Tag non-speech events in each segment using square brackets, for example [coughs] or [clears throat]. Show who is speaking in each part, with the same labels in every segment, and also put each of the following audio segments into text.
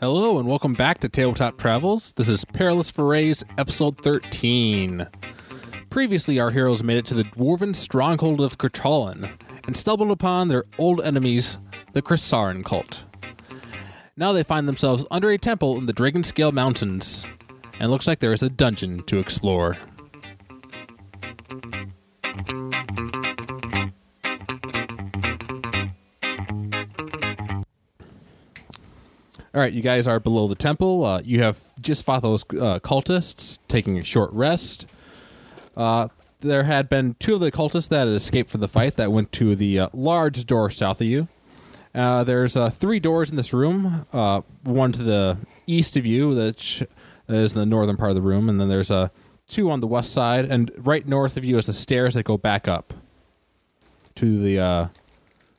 Speaker 1: Hello and welcome back to Tabletop Travels. This is Perilous Forays, episode 13. Previously, our heroes made it to the dwarven stronghold of Kertalan and stumbled upon their old enemies, the Chrysaran cult. Now they find themselves under a temple in the Dragonscale Mountains, and looks like there is a dungeon to explore. All right, you guys are below the temple. Uh, you have just fought those uh, cultists, taking a short rest. Uh, there had been two of the cultists that had escaped from the fight that went to the uh, large door south of you. Uh, there's uh, three doors in this room. Uh, one to the east of you, that sh- is in the northern part of the room, and then there's uh, two on the west side, and right north of you is the stairs that go back up to the uh,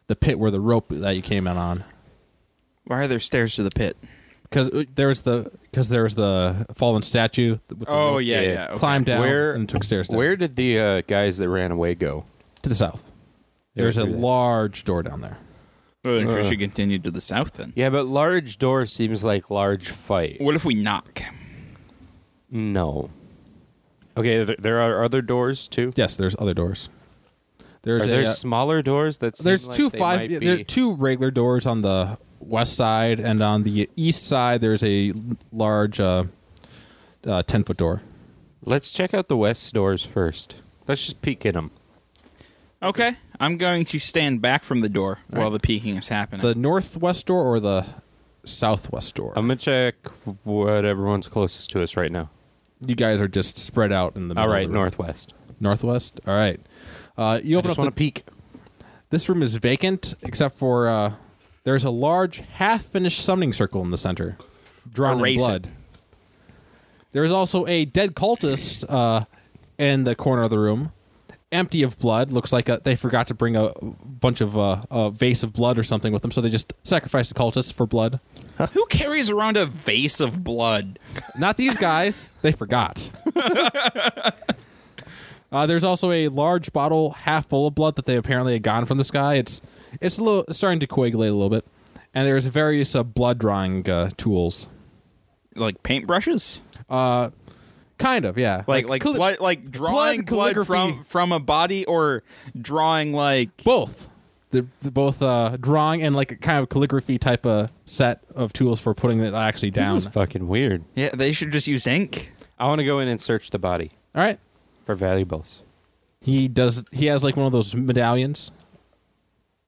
Speaker 1: the pit where the rope that you came in on
Speaker 2: Why are there stairs to the pit?
Speaker 1: because uh, there was the because there was the fallen statue. With the
Speaker 2: Oh,
Speaker 1: rope.
Speaker 2: yeah, yeah, okay.
Speaker 1: climbed down
Speaker 3: Where-
Speaker 1: and took stairs down
Speaker 3: Where did the uh, guys that ran away go?
Speaker 1: to the south. There's a
Speaker 3: through there.
Speaker 1: large door down there.
Speaker 2: Well, then we should continue to the south then.
Speaker 3: Yeah, but large door seems like large fight.
Speaker 2: What if we knock?
Speaker 3: No. Okay, there, there are other doors too.
Speaker 1: Yes, there's other doors. There's
Speaker 3: Are
Speaker 1: a,
Speaker 3: there
Speaker 1: uh,
Speaker 3: smaller doors that? Seem
Speaker 1: there's
Speaker 3: like
Speaker 1: two
Speaker 3: they
Speaker 1: five
Speaker 3: might
Speaker 1: yeah,
Speaker 3: be-
Speaker 1: there are two regular doors on the west side and on the east side there's a large uh, uh, ten foot door.
Speaker 3: Let's check out the west doors first. Let's just peek at them.
Speaker 2: Okay, I'm going to stand back from the door while the peeking is happening.
Speaker 1: The northwest door or the southwest door.
Speaker 3: I'm gonna check what everyone's closest to us right now.
Speaker 1: you guys are just spread out in the
Speaker 3: All
Speaker 1: middle of
Speaker 3: right,
Speaker 1: the room.
Speaker 3: northwest.
Speaker 1: northwest. All right. Uh, you
Speaker 3: I
Speaker 1: open
Speaker 3: just
Speaker 1: up
Speaker 3: want
Speaker 1: the
Speaker 3: to peek.
Speaker 1: This room is vacant except for uh, there's a large half-finished summoning circle in the center, drawn
Speaker 2: Erase
Speaker 1: in
Speaker 2: it.
Speaker 1: blood. There is also a dead cultist uh, in the corner of the room, empty of blood. Looks like uh they forgot to bring a bunch of uh, a vase of blood or something with them, so they just sacrificed the cultist for blood.
Speaker 2: Who carries around a vase of blood?
Speaker 1: Not these guys. they
Speaker 2: [laughs]
Speaker 1: forgot. uh, there's also a large bottle half full of blood that they apparently had gotten from this guy. It's it's a little it's starting to coagulate a little bit, and there's various uh, blood drawing uh, tools.
Speaker 2: Like paintbrushes?
Speaker 1: Kind of, yeah.
Speaker 2: Like like
Speaker 1: calli-
Speaker 2: blood- like drawing blood,
Speaker 1: calligraphy.
Speaker 2: from from a body or drawing like
Speaker 1: both. The, the both uh, drawing and like a kind of calligraphy type of set of tools for putting it actually down.
Speaker 3: This is fucking weird.
Speaker 2: Yeah, they should just use ink.
Speaker 3: I want to go in and search the body
Speaker 1: All right.
Speaker 3: for valuables.
Speaker 1: He does. He has like one of those medallions.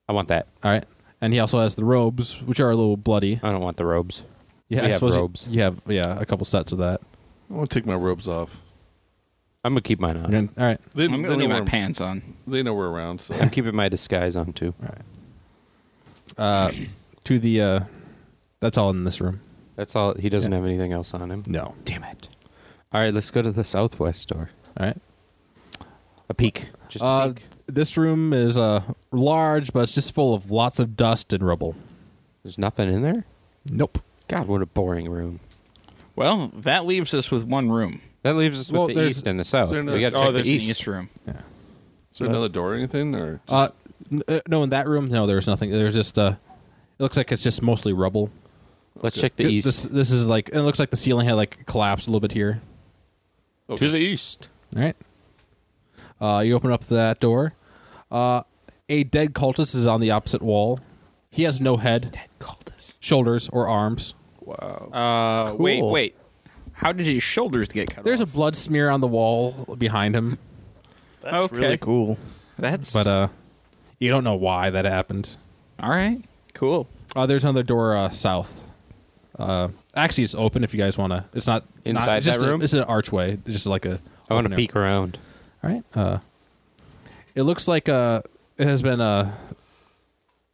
Speaker 3: I want that.
Speaker 1: All right, and he also has the robes, which are a little bloody.
Speaker 3: I don't want the robes.
Speaker 1: Yeah,
Speaker 3: We
Speaker 1: I
Speaker 3: have
Speaker 1: suppose you-
Speaker 3: robes.
Speaker 1: You have yeah, a couple sets of that.
Speaker 4: I want to take my robes off.
Speaker 3: I'm gonna keep mine on.
Speaker 1: All right.
Speaker 4: They,
Speaker 2: I'm
Speaker 4: they
Speaker 2: gonna
Speaker 4: know
Speaker 2: leave
Speaker 4: we're,
Speaker 2: my pants on.
Speaker 4: They know we're around, so
Speaker 3: I'm keeping my disguise on too.
Speaker 1: To the uh that's all in this room.
Speaker 3: That's all. He doesn't have anything else on him.
Speaker 1: No.
Speaker 3: Damn it. All right, let's go to the southwest door.
Speaker 1: All right.
Speaker 3: A peek. Just a
Speaker 1: Uh
Speaker 3: peek.
Speaker 1: this room is uh large but it's just full of lots of dust and rubble.
Speaker 3: There's nothing in there?
Speaker 1: Nope.
Speaker 3: God, what a boring room.
Speaker 2: Well, that leaves us with one room.
Speaker 3: That leaves us
Speaker 1: Well,
Speaker 3: with the
Speaker 1: there's-
Speaker 3: east and the south.
Speaker 4: is there
Speaker 3: We
Speaker 4: no-
Speaker 3: got to
Speaker 2: oh,
Speaker 3: check
Speaker 2: there's
Speaker 3: the east.
Speaker 2: an east room.
Speaker 4: is there another door or anything? Or just,
Speaker 1: Uh n- uh, no in that room no there's nothing. There's just uh it looks like it's just mostly rubble.
Speaker 3: Let's check the east.
Speaker 1: This this is like and it looks like the ceiling had like collapsed a little bit here.
Speaker 4: okay.
Speaker 3: the east.
Speaker 1: All right. Uh, you open up that door. Uh, a dead cultist is on the opposite wall. He has no head, shoulders, or arms.
Speaker 2: Uh, wait,
Speaker 3: Cool.
Speaker 2: wait. How did his shoulders get cut
Speaker 1: There's a
Speaker 2: off?
Speaker 1: blood smear on the wall behind him,
Speaker 5: That's
Speaker 2: Okay.
Speaker 5: really cool.
Speaker 2: That's
Speaker 1: but uh, you don't know why that happened.
Speaker 2: all right. Cool.
Speaker 1: Uh, there's another door uh, south. Uh, actually, it's open if you guys want to. It's not
Speaker 3: Inside
Speaker 1: not, it's
Speaker 3: that
Speaker 1: just a-
Speaker 3: room?
Speaker 1: it's an archway. It's just like a.
Speaker 3: I want
Speaker 1: open
Speaker 3: to
Speaker 1: air.
Speaker 3: peek around.
Speaker 1: All right. Uh, it looks like uh, it has been uh,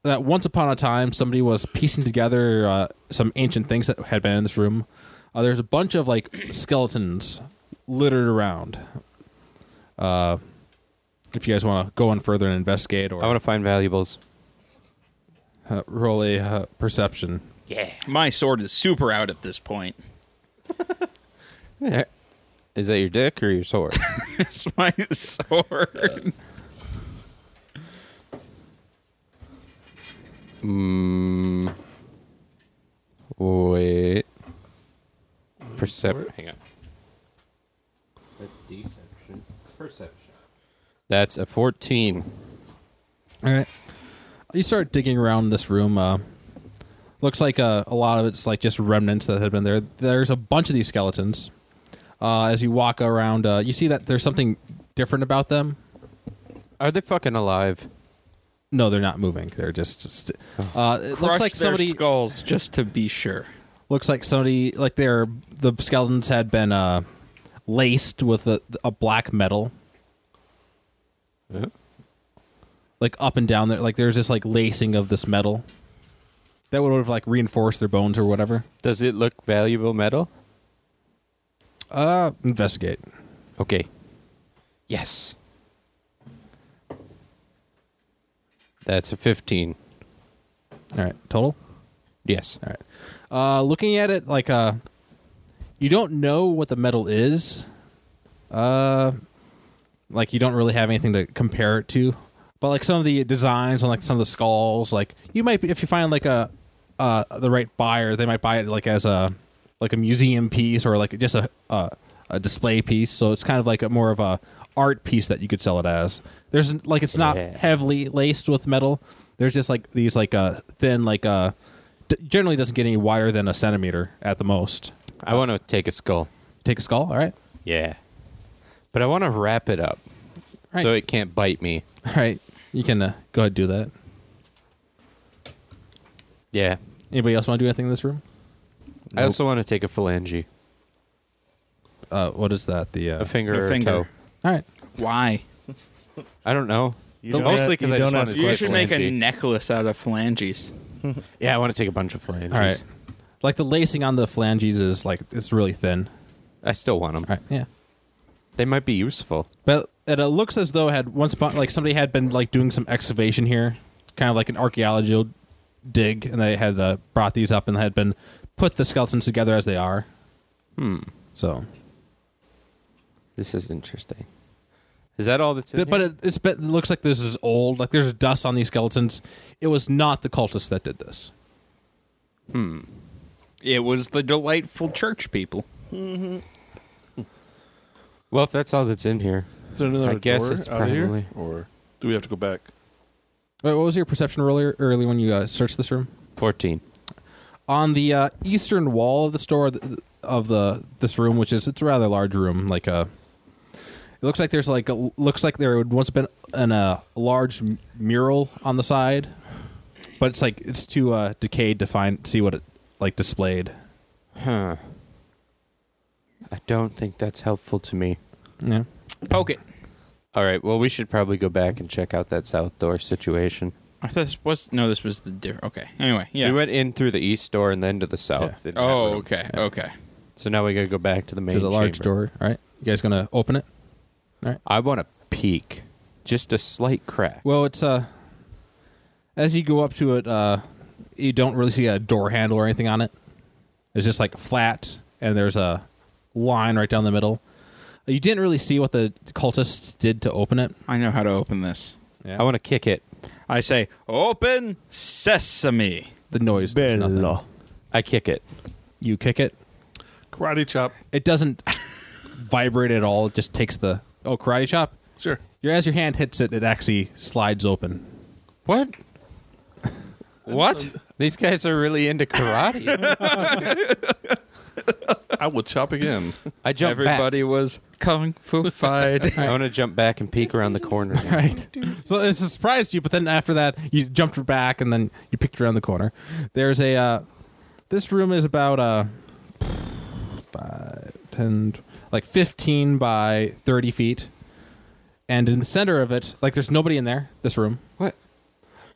Speaker 1: that once upon a time somebody was piecing together uh, some ancient things that had been in this room. Uh, there's a bunch of like skeletons littered around. Uh, if you guys want to go on further and investigate, or
Speaker 3: I want to find valuables.
Speaker 1: uh, roll a uh, perception.
Speaker 2: My sword is super out at this point. [laughs]
Speaker 3: Eh. Is that your dick or
Speaker 1: [laughs]
Speaker 3: your sword?
Speaker 2: It's my sword.
Speaker 3: Hmm. Wait. Perception. Hang on.
Speaker 5: Deception. Perception.
Speaker 3: That's a 14.
Speaker 1: All right. You start digging around this room. Uh, looks like uh, a lot of it's like just remnants that had been there. There's a bunch of these skeletons. Uh, as you walk around, uh, you see that there's something different about them.
Speaker 3: Are they fucking alive?
Speaker 1: No, they're not moving. They're just. st- uh, it looks
Speaker 2: Crush
Speaker 1: like
Speaker 2: their
Speaker 1: somebody.
Speaker 2: skulls just to be sure.
Speaker 1: Looks like somebody. Like their the skeletons had been uh, laced with a, a black metal. Like up and down there, like there's this like lacing of this metal. That would have like reinforced their bones or whatever.
Speaker 3: Does it look valuable metal?
Speaker 1: Uh, investigate.
Speaker 3: Okay. Yes. That's a 15.
Speaker 1: All right, total.
Speaker 3: Yes.
Speaker 1: All right. Uh, looking at it, like uh, you don't know what the metal is. Uh, like you don't really have anything to compare it to. But like some of the designs on like some of the skulls, like you might be, if you find like a uh the right buyer, they might buy it like as a like a museum piece or like just a a, a display piece. So it's kind of like a more of a art piece that you could sell it as. There's like it's not
Speaker 3: Yeah.
Speaker 1: heavily laced with metal. There's just like these like uh thin like uh d- generally doesn't get any wider than a centimeter at the most.
Speaker 3: I want to take a skull.
Speaker 1: Take a skull, all right?
Speaker 3: Yeah. But I want to wrap it up
Speaker 1: [laughs]
Speaker 3: so
Speaker 1: Right.
Speaker 3: it can't bite me.
Speaker 1: All right, you can uh, go ahead and do that.
Speaker 3: Yeah.
Speaker 1: Anybody else want to do anything in this room?
Speaker 3: I also want to take a phalange,
Speaker 1: Uh, what is that? The uh,
Speaker 3: a finger,
Speaker 2: Your
Speaker 3: or a
Speaker 2: finger.
Speaker 3: toe.
Speaker 1: All right.
Speaker 2: Why?
Speaker 3: I don't know.
Speaker 5: You
Speaker 3: But
Speaker 5: don't have-
Speaker 3: mostly 'cause
Speaker 5: you
Speaker 3: I just
Speaker 5: don't
Speaker 3: wanted
Speaker 5: have
Speaker 3: to
Speaker 2: You
Speaker 3: Quite
Speaker 2: should make a
Speaker 3: flimsy.
Speaker 2: necklace out of phalanges.
Speaker 3: Yeah, I want to take a bunch of phalanges.
Speaker 1: All right. Like the lacing on the phalanges is like it's really thin.
Speaker 3: I still want them.
Speaker 1: All right. Yeah.
Speaker 3: They might be useful.
Speaker 1: But it uh, looks as though had once upon like somebody had been like doing some excavation here, kind of like an archaeological dig, and they had uh, brought these up and had been put the skeletons together as they are. Hmm. So,
Speaker 3: This is interesting. Is that all that's in
Speaker 1: Th- but
Speaker 3: here?
Speaker 1: it, it's been, it looks like this is old. Like there's dust on these skeletons. It was not the cultists that did this.
Speaker 2: It was the delightful church people.
Speaker 3: well, if that's all that's in here,
Speaker 4: Is there another
Speaker 3: I guess
Speaker 4: door
Speaker 3: it's
Speaker 4: out of here,
Speaker 3: probably-
Speaker 4: or do we have to go back?
Speaker 1: Wait, what was your perception earlier? Early when you uh, searched this room?
Speaker 3: fourteen.
Speaker 1: on the uh, eastern wall of the store th- of the this room, which is it's a rather large room. Like a, it looks like there's like a, looks like there would once been an uh, large m- mural on the side, but it's like it's too uh, decayed to find see what it like displayed.
Speaker 3: Huh. I don't think that's helpful to me.
Speaker 1: Yeah.
Speaker 2: Poke it.
Speaker 3: All right. Well, we should probably go back and check out that south door situation.
Speaker 2: I thought this was no. This was the di- okay. Anyway, yeah.
Speaker 3: We went in through the east door and then to the south. in that
Speaker 2: oh,
Speaker 3: room.
Speaker 2: okay, okay.
Speaker 3: So now we gotta go back to the main
Speaker 1: to the large
Speaker 3: chamber.
Speaker 1: door. All right, you guys gonna open it?
Speaker 3: I want to peek, just a slight crack.
Speaker 1: Well, it's uh, as you go up to it, uh, you don't really see a door handle or anything on it. It's just like flat, and there's a line right down the middle. You didn't really see what the cultists did to open it.
Speaker 2: I know how to open this.
Speaker 1: Yeah.
Speaker 3: I want to kick it.
Speaker 2: I say, open sesame.
Speaker 1: The noise does nothing.
Speaker 5: Bello.
Speaker 3: I kick it.
Speaker 1: You kick it.
Speaker 4: Karate chop.
Speaker 1: It doesn't [laughs] vibrate at all. It just takes the oh karate chop.
Speaker 4: Sure.
Speaker 1: Your as your hand hits it, it actually slides open.
Speaker 3: What? [laughs] what? These guys are really into karate.
Speaker 4: [laughs] I will chop again.
Speaker 3: I jump
Speaker 2: Everybody was kung fu [laughs] fied.
Speaker 3: back. I want to jump back and peek around the corner. now.
Speaker 1: Right. So it surprised you, but then after that, you jumped back and then you picked around the corner. There's a. Uh, this room is about uh, five, 10, like 15 by 30 feet. And in the center of it, like there's nobody in there, this room.
Speaker 3: What?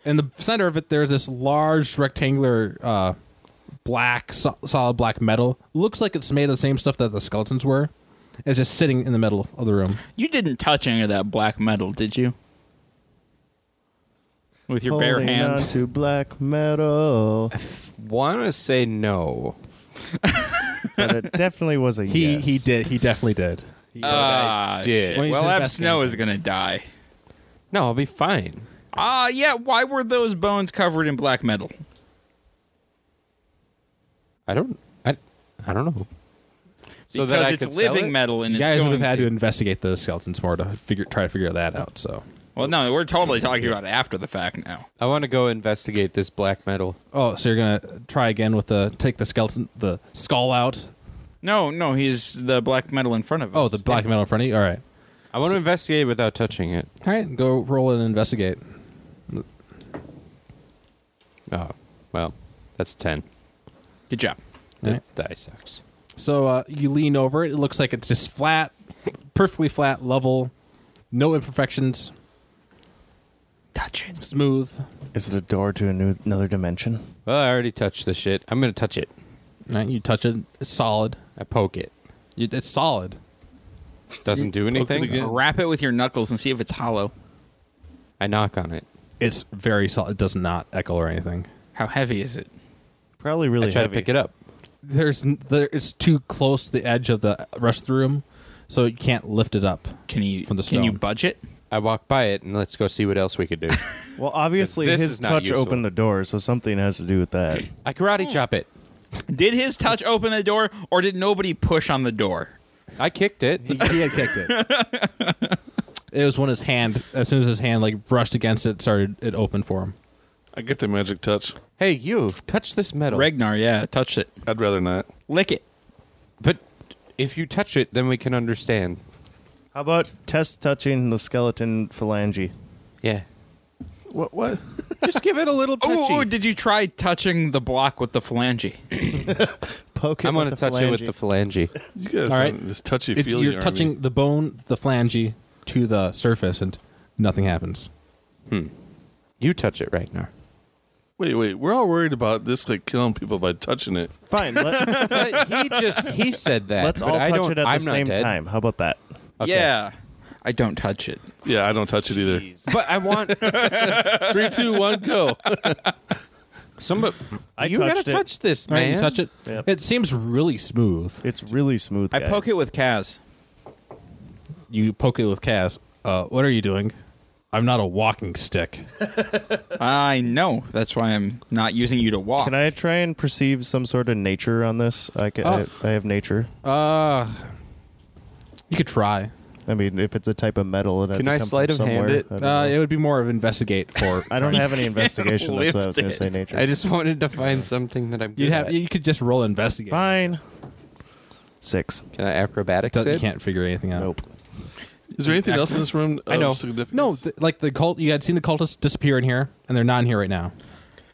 Speaker 1: In the center of it, there's this large rectangular uh, black, so- solid black metal. Looks like it's made of the same stuff that the skeletons were. It's just sitting in the middle of the room.
Speaker 2: you didn't touch any of that black metal, did you? With your bare
Speaker 5: Holding
Speaker 2: hands.
Speaker 5: on to
Speaker 3: [laughs]
Speaker 5: black metal.
Speaker 3: Want to say no?
Speaker 5: But it definitely was a
Speaker 1: He
Speaker 5: yes.
Speaker 1: he did. He definitely did.
Speaker 2: Ah,
Speaker 3: I did.
Speaker 2: shit.
Speaker 1: Well, he's
Speaker 2: Well, Ab
Speaker 1: investigating
Speaker 2: Snow is
Speaker 1: things.
Speaker 2: gonna die.
Speaker 3: No, I'll be fine.
Speaker 2: Ah, yeah. Why were those bones covered in black metal?
Speaker 3: I don't. I. I don't know. So that
Speaker 2: because
Speaker 3: I
Speaker 2: it's
Speaker 3: could sell
Speaker 2: living
Speaker 3: it?
Speaker 2: metal and
Speaker 1: You
Speaker 2: it's
Speaker 1: guys would
Speaker 2: going
Speaker 1: have had to investigate the skeletons more to figure try to figure that out. So,
Speaker 2: Well, no, we're totally talking about after the fact now.
Speaker 3: I want to go investigate this black metal.
Speaker 1: oh, so you're gonna try again with the take the skeleton the skull out.
Speaker 2: No, no, he's the black metal in front of us.
Speaker 1: Oh, the black metal in front of you. All right,
Speaker 3: I want to investigate without touching it.
Speaker 1: all right. Go roll and investigate.
Speaker 3: Oh, well, that's 10.
Speaker 2: Good job.
Speaker 3: This die sucks.
Speaker 1: So uh, you lean over it. It looks like it's just flat, perfectly flat, level, no imperfections,
Speaker 2: Touch it.
Speaker 1: smooth.
Speaker 5: Is it a door to a new, another dimension?
Speaker 3: Well, I already touched the shit. I'm going to touch it.
Speaker 1: All right, you touch it. It's solid.
Speaker 3: I poke it.
Speaker 1: You- It's solid.
Speaker 3: Doesn't do
Speaker 4: it
Speaker 3: anything.
Speaker 4: again.
Speaker 2: Wrap it with your knuckles and see if it's hollow.
Speaker 3: I knock on it.
Speaker 1: It's very solid. It does not echo or anything.
Speaker 2: How heavy is it?
Speaker 5: Probably really
Speaker 3: I try
Speaker 5: heavy.
Speaker 3: to pick it up.
Speaker 1: There's n- there. It's too close to the edge of the rest of the room, so you can't lift it up.
Speaker 2: Can you
Speaker 1: From the
Speaker 2: can you
Speaker 1: stone.
Speaker 2: budge it?
Speaker 3: I walk by it and let's go see what else we [laughs] could do.
Speaker 5: Well, obviously
Speaker 3: This
Speaker 5: his
Speaker 3: is not
Speaker 5: touch
Speaker 3: useful.
Speaker 5: opened the door, so something has to do
Speaker 3: [coughs]
Speaker 5: with that.
Speaker 3: I karate chop it.
Speaker 2: Did his touch open the door, or did nobody push on the door?
Speaker 3: I kicked it.
Speaker 1: He, he had kicked it.
Speaker 5: [laughs]
Speaker 1: it was when his hand, as soon as his hand like brushed against it, started it opened for him.
Speaker 4: I get the magic touch.
Speaker 3: Hey, you, touch this metal.
Speaker 2: Regnar, yeah, touch it.
Speaker 4: I'd rather not.
Speaker 2: Lick it.
Speaker 3: But if you touch it, then we can understand.
Speaker 5: How about test touching the skeleton phalange?
Speaker 3: Yeah.
Speaker 4: What? What? [laughs]
Speaker 3: Just give it a [laughs] little touchy.
Speaker 2: Oh, oh, did you try touching the block with the phalange?
Speaker 5: Poke it
Speaker 3: I'm
Speaker 5: going
Speaker 3: going
Speaker 5: to
Speaker 3: to touch it with the phalange.
Speaker 4: You guys,
Speaker 1: All
Speaker 4: All
Speaker 1: right.
Speaker 4: right. this touchy
Speaker 1: If
Speaker 4: feely.
Speaker 1: you're touching the bone, the phalange to the surface, and nothing happens.
Speaker 3: You touch it, Ragnar.
Speaker 4: Wait, wait. We're all worried about this, like killing people by touching it.
Speaker 3: [laughs]
Speaker 5: Fine. Let,
Speaker 3: [laughs] But he just he said that.
Speaker 5: let's
Speaker 3: but
Speaker 5: all
Speaker 3: I
Speaker 5: touch
Speaker 3: don't-
Speaker 5: it at
Speaker 3: I'm
Speaker 5: the
Speaker 3: not
Speaker 5: same
Speaker 3: dead.
Speaker 5: time. How about that?
Speaker 3: Okay.
Speaker 2: Yeah, I don't touch it.
Speaker 4: Yeah, I don't touch it either.
Speaker 3: [laughs] But I
Speaker 5: [laughs]
Speaker 3: want
Speaker 4: Three, two, one,
Speaker 1: [laughs]
Speaker 4: go.
Speaker 3: some.
Speaker 5: I
Speaker 3: you
Speaker 5: touched
Speaker 3: gotta
Speaker 5: it.
Speaker 3: touch this,
Speaker 1: All right,
Speaker 3: man.
Speaker 1: you touch it.
Speaker 5: Yep.
Speaker 1: It seems really smooth.
Speaker 5: It's really smooth.
Speaker 2: I poke
Speaker 5: guys.
Speaker 2: it with Kaz.
Speaker 1: You poke it with Cass. Uh, what are you doing? I'm not a walking stick.
Speaker 2: I know. That's why I'm not using you to walk.
Speaker 5: Can I try and perceive some sort of nature on this? I, ca
Speaker 1: Oh.
Speaker 5: I, I have nature.
Speaker 1: Uh, you could try.
Speaker 5: I mean, if it's a type of metal, it had
Speaker 3: Can
Speaker 5: to
Speaker 3: I
Speaker 5: come
Speaker 3: sleight
Speaker 5: from
Speaker 3: of hand
Speaker 5: somewhere.
Speaker 3: it?
Speaker 5: I don't,
Speaker 1: Uh,
Speaker 5: know.
Speaker 1: it would be more of investigate for.
Speaker 5: [laughs] I don't have any investigation. that's what I was
Speaker 2: lift
Speaker 5: going to say.
Speaker 2: it.
Speaker 5: Nature.
Speaker 3: I just wanted to find something that I'm. Good
Speaker 1: You'd have.
Speaker 3: at.
Speaker 1: You could just roll investigate.
Speaker 5: Fine. Six.
Speaker 3: Can I acrobatics
Speaker 1: Doesn't- You
Speaker 3: it?
Speaker 1: can't figure anything out.
Speaker 5: Nope.
Speaker 4: Is there anything else in this room? Of
Speaker 3: I know.
Speaker 4: Significance?
Speaker 1: No, th- like the cult. You had seen the cultists disappear in here, and they're not in here right now.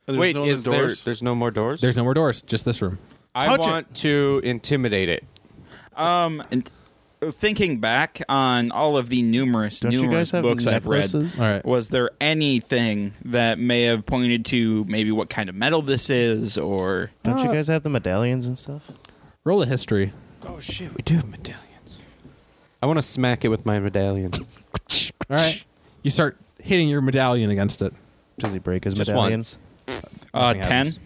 Speaker 4: There's
Speaker 3: Wait,
Speaker 4: no other
Speaker 3: is there?
Speaker 4: doors?
Speaker 3: There's no more doors.
Speaker 1: There's no more doors. Just this room.
Speaker 3: I
Speaker 2: Touch it.
Speaker 3: want to intimidate it.
Speaker 2: Um, and thinking back on all of the numerous,
Speaker 5: Don't you
Speaker 2: numerous
Speaker 5: guys have
Speaker 2: books I've read,
Speaker 5: necklaces?
Speaker 1: All right.
Speaker 2: was there anything that may have pointed to maybe what kind of metal this is, or
Speaker 5: Don't you guys have the medallions and stuff?
Speaker 1: Roll a history.
Speaker 3: Oh shit! We do have medallions. I want to smack it with my medallion.
Speaker 1: All right. You start hitting your medallion against it.
Speaker 5: Does he break his
Speaker 3: Just
Speaker 5: medallions?
Speaker 2: uh,
Speaker 1: Nothing
Speaker 2: ten?
Speaker 1: happens.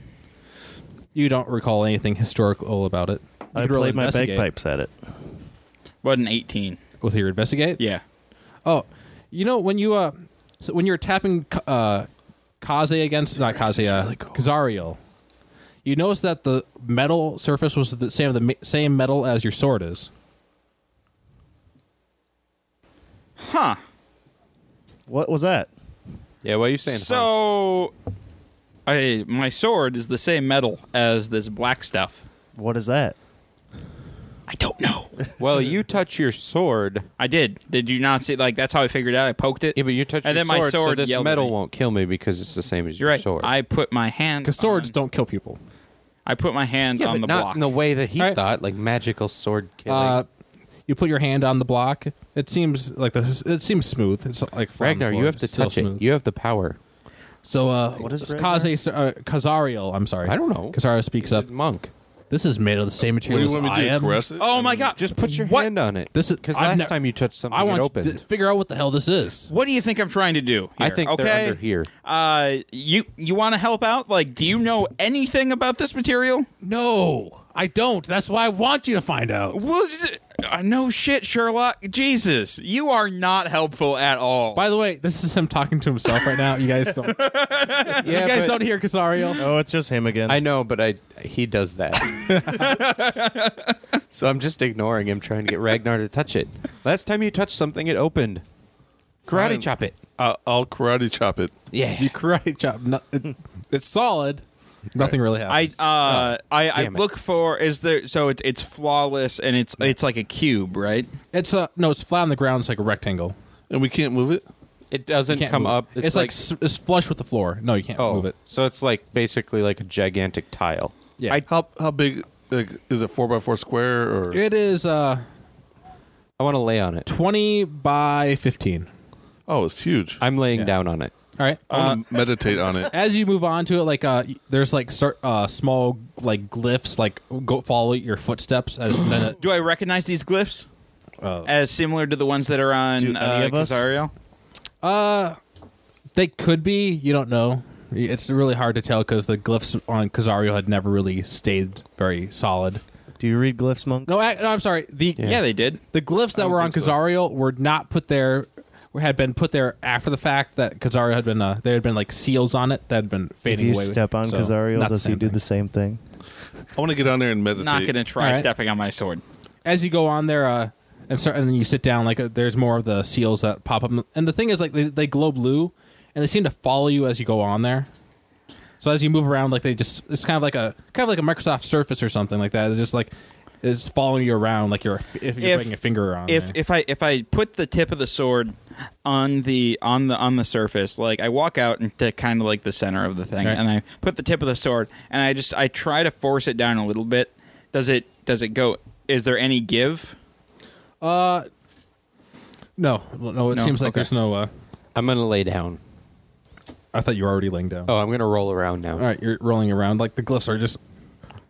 Speaker 1: You don't recall anything historical about it. You
Speaker 5: I
Speaker 1: could roll
Speaker 5: played my
Speaker 1: investigate
Speaker 5: bagpipes at it.
Speaker 2: What an eighteen?
Speaker 1: with your investigate.
Speaker 2: Yeah.
Speaker 1: Oh, you know when you uh, so when you're tapping uh, Kaze against not Kaze, uh, Kazariel, you notice that the metal surface was the same the ma- same metal as your sword is.
Speaker 2: Huh.
Speaker 5: What was that?
Speaker 3: Yeah, what are you saying? huh?
Speaker 2: So, I my sword is the same metal as this black stuff.
Speaker 5: What is that?
Speaker 2: I don't know.
Speaker 3: well, you touch your sword.
Speaker 2: I did. Did you not see? Like that's how I figured out. I poked it.
Speaker 3: Yeah, but you touch
Speaker 2: And
Speaker 3: your
Speaker 2: then my
Speaker 3: sword, so
Speaker 2: sword
Speaker 3: this
Speaker 2: yelled at
Speaker 3: metal
Speaker 2: me.
Speaker 3: won't kill me because it's the same as
Speaker 2: You're
Speaker 3: your
Speaker 2: right.
Speaker 3: sword.
Speaker 2: I put my hand
Speaker 1: Because swords
Speaker 2: on-
Speaker 5: Uh-huh.
Speaker 1: don't kill people.
Speaker 2: I put my hand
Speaker 3: yeah,
Speaker 2: on the
Speaker 3: but not
Speaker 2: block.
Speaker 3: in the way that he
Speaker 1: All right.
Speaker 3: thought, like magical sword killing.
Speaker 1: Uh, you put your hand on the block. It seems like the it seems smooth. It's like flat on the
Speaker 3: Ragnar,
Speaker 1: floor.
Speaker 3: you have to
Speaker 1: It's still
Speaker 3: touch
Speaker 1: smooth.
Speaker 3: it. You have the power.
Speaker 1: So uh,
Speaker 5: What is Ragnar?
Speaker 1: Kaze uh, Kazariel? I'm sorry.
Speaker 3: I don't know.
Speaker 1: Kazariel speaks up.
Speaker 3: monk.
Speaker 1: This is made of the same
Speaker 4: What do
Speaker 1: material
Speaker 4: you want
Speaker 1: as
Speaker 4: me to
Speaker 1: I
Speaker 4: do?
Speaker 1: am.
Speaker 4: Caress it?
Speaker 2: Oh my god!
Speaker 3: Just put your
Speaker 2: what?
Speaker 3: hand on it.
Speaker 1: This is-
Speaker 3: because
Speaker 1: I've
Speaker 3: last
Speaker 1: ne-
Speaker 3: time you touched something,
Speaker 1: I want
Speaker 3: it
Speaker 1: you to
Speaker 3: opened.
Speaker 1: figure out what the hell this is.
Speaker 2: What do you think I'm trying to do?
Speaker 3: I
Speaker 2: here?
Speaker 3: think
Speaker 2: okay.
Speaker 3: they're under here.
Speaker 2: Uh, you you want to help out? Like, do you know anything about this material?
Speaker 1: No, I don't. That's why I want you to find out.
Speaker 2: Well, just- uh, no shit, Sherlock. Jesus, you are not helpful at all.
Speaker 1: By the way, this is him talking to himself right now. You guys
Speaker 4: [laughs]
Speaker 1: don't. you
Speaker 3: yeah,
Speaker 1: guys
Speaker 3: but-
Speaker 1: don't hear Casario.
Speaker 5: Oh, it's just him again.
Speaker 3: I know, but I he does that. [laughs] So I'm just ignoring him, trying to get Ragnar to touch it. Last time you touched something, it opened. Karate
Speaker 4: Fine.
Speaker 3: chop it.
Speaker 4: I- I'll karate chop it.
Speaker 3: Yeah.
Speaker 1: You karate chop. No, it- it's solid. Nothing really
Speaker 2: I
Speaker 1: happens.
Speaker 2: uh I, I
Speaker 3: damn it.
Speaker 2: look for is there so it's it's flawless and it's it's like a cube right
Speaker 1: it's uh, no, it's flat on the ground. It's like a rectangle.
Speaker 4: And we can't move it?
Speaker 3: it
Speaker 1: You
Speaker 3: doesn't
Speaker 1: can't
Speaker 3: come
Speaker 1: move it.
Speaker 3: up.
Speaker 1: It's, like, s- it's flush with the floor. No, you can't
Speaker 3: oh,
Speaker 1: move it.
Speaker 3: so it's like basically like a gigantic tile.
Speaker 1: Yeah,
Speaker 2: I-
Speaker 4: How how big like is it four by four square or
Speaker 1: it is uh
Speaker 3: I want to lay on it.
Speaker 1: twenty by fifteen. Uh,
Speaker 4: oh it's huge. I,
Speaker 3: I'm laying
Speaker 1: Yeah.
Speaker 3: down on it.
Speaker 1: All right.
Speaker 3: uh,
Speaker 4: wanna meditate on it.
Speaker 1: as you move on to it, like uh, there's like start uh, small like glyphs, like go follow your footsteps [gasps] as then it-
Speaker 2: do I recognize these glyphs as similar to the ones that are on
Speaker 5: Do any
Speaker 2: uh,
Speaker 5: of us?
Speaker 2: Casario?
Speaker 1: they could be. You don't know. It's really hard to tell because the glyphs on Kazario had never really stayed very solid.
Speaker 5: Do you read glyphs, monk?
Speaker 1: No, I, no I'm sorry. The
Speaker 2: Yeah. they did.
Speaker 1: the glyphs that
Speaker 4: don't
Speaker 1: were on
Speaker 4: think so.
Speaker 1: Kazario were not put there. were- Had been put there after the fact that Kazario had been uh, there had been like seals on it that had been
Speaker 5: If
Speaker 1: fading
Speaker 5: you
Speaker 1: away.
Speaker 5: step on
Speaker 1: So,
Speaker 5: Kazario,
Speaker 1: not the
Speaker 5: does he
Speaker 1: same
Speaker 5: do
Speaker 1: thing.
Speaker 5: the same thing?
Speaker 4: I want to get on there and meditate.
Speaker 2: Not gonna try
Speaker 1: All right.
Speaker 2: stepping on my sword.
Speaker 1: as you go on there uh and start and then you sit down like uh, there's more of the seals that pop up and the thing is like they, they glow blue and they seem to follow you as you go on there so as you move around like they just it's kind of like a kind of like a microsoft surface or something like that it's just like it's following you around like you're if you're
Speaker 2: If-
Speaker 1: putting a finger on
Speaker 2: If
Speaker 1: there.
Speaker 2: if I if I put the tip of the sword on the on the on the surface, like I walk out into kind of like the center of the thing,
Speaker 1: Right.
Speaker 2: and I put the tip of the sword, and I just I try to force it down a little bit. Does it does it go? Is there any give?
Speaker 1: no no it
Speaker 2: No,
Speaker 1: seems like
Speaker 2: okay.
Speaker 1: there's no uh
Speaker 3: I'm gonna lay down.
Speaker 1: i thought you were already laying down
Speaker 3: Oh, I'm gonna roll around now.
Speaker 1: all right you're rolling around like the glyphs are just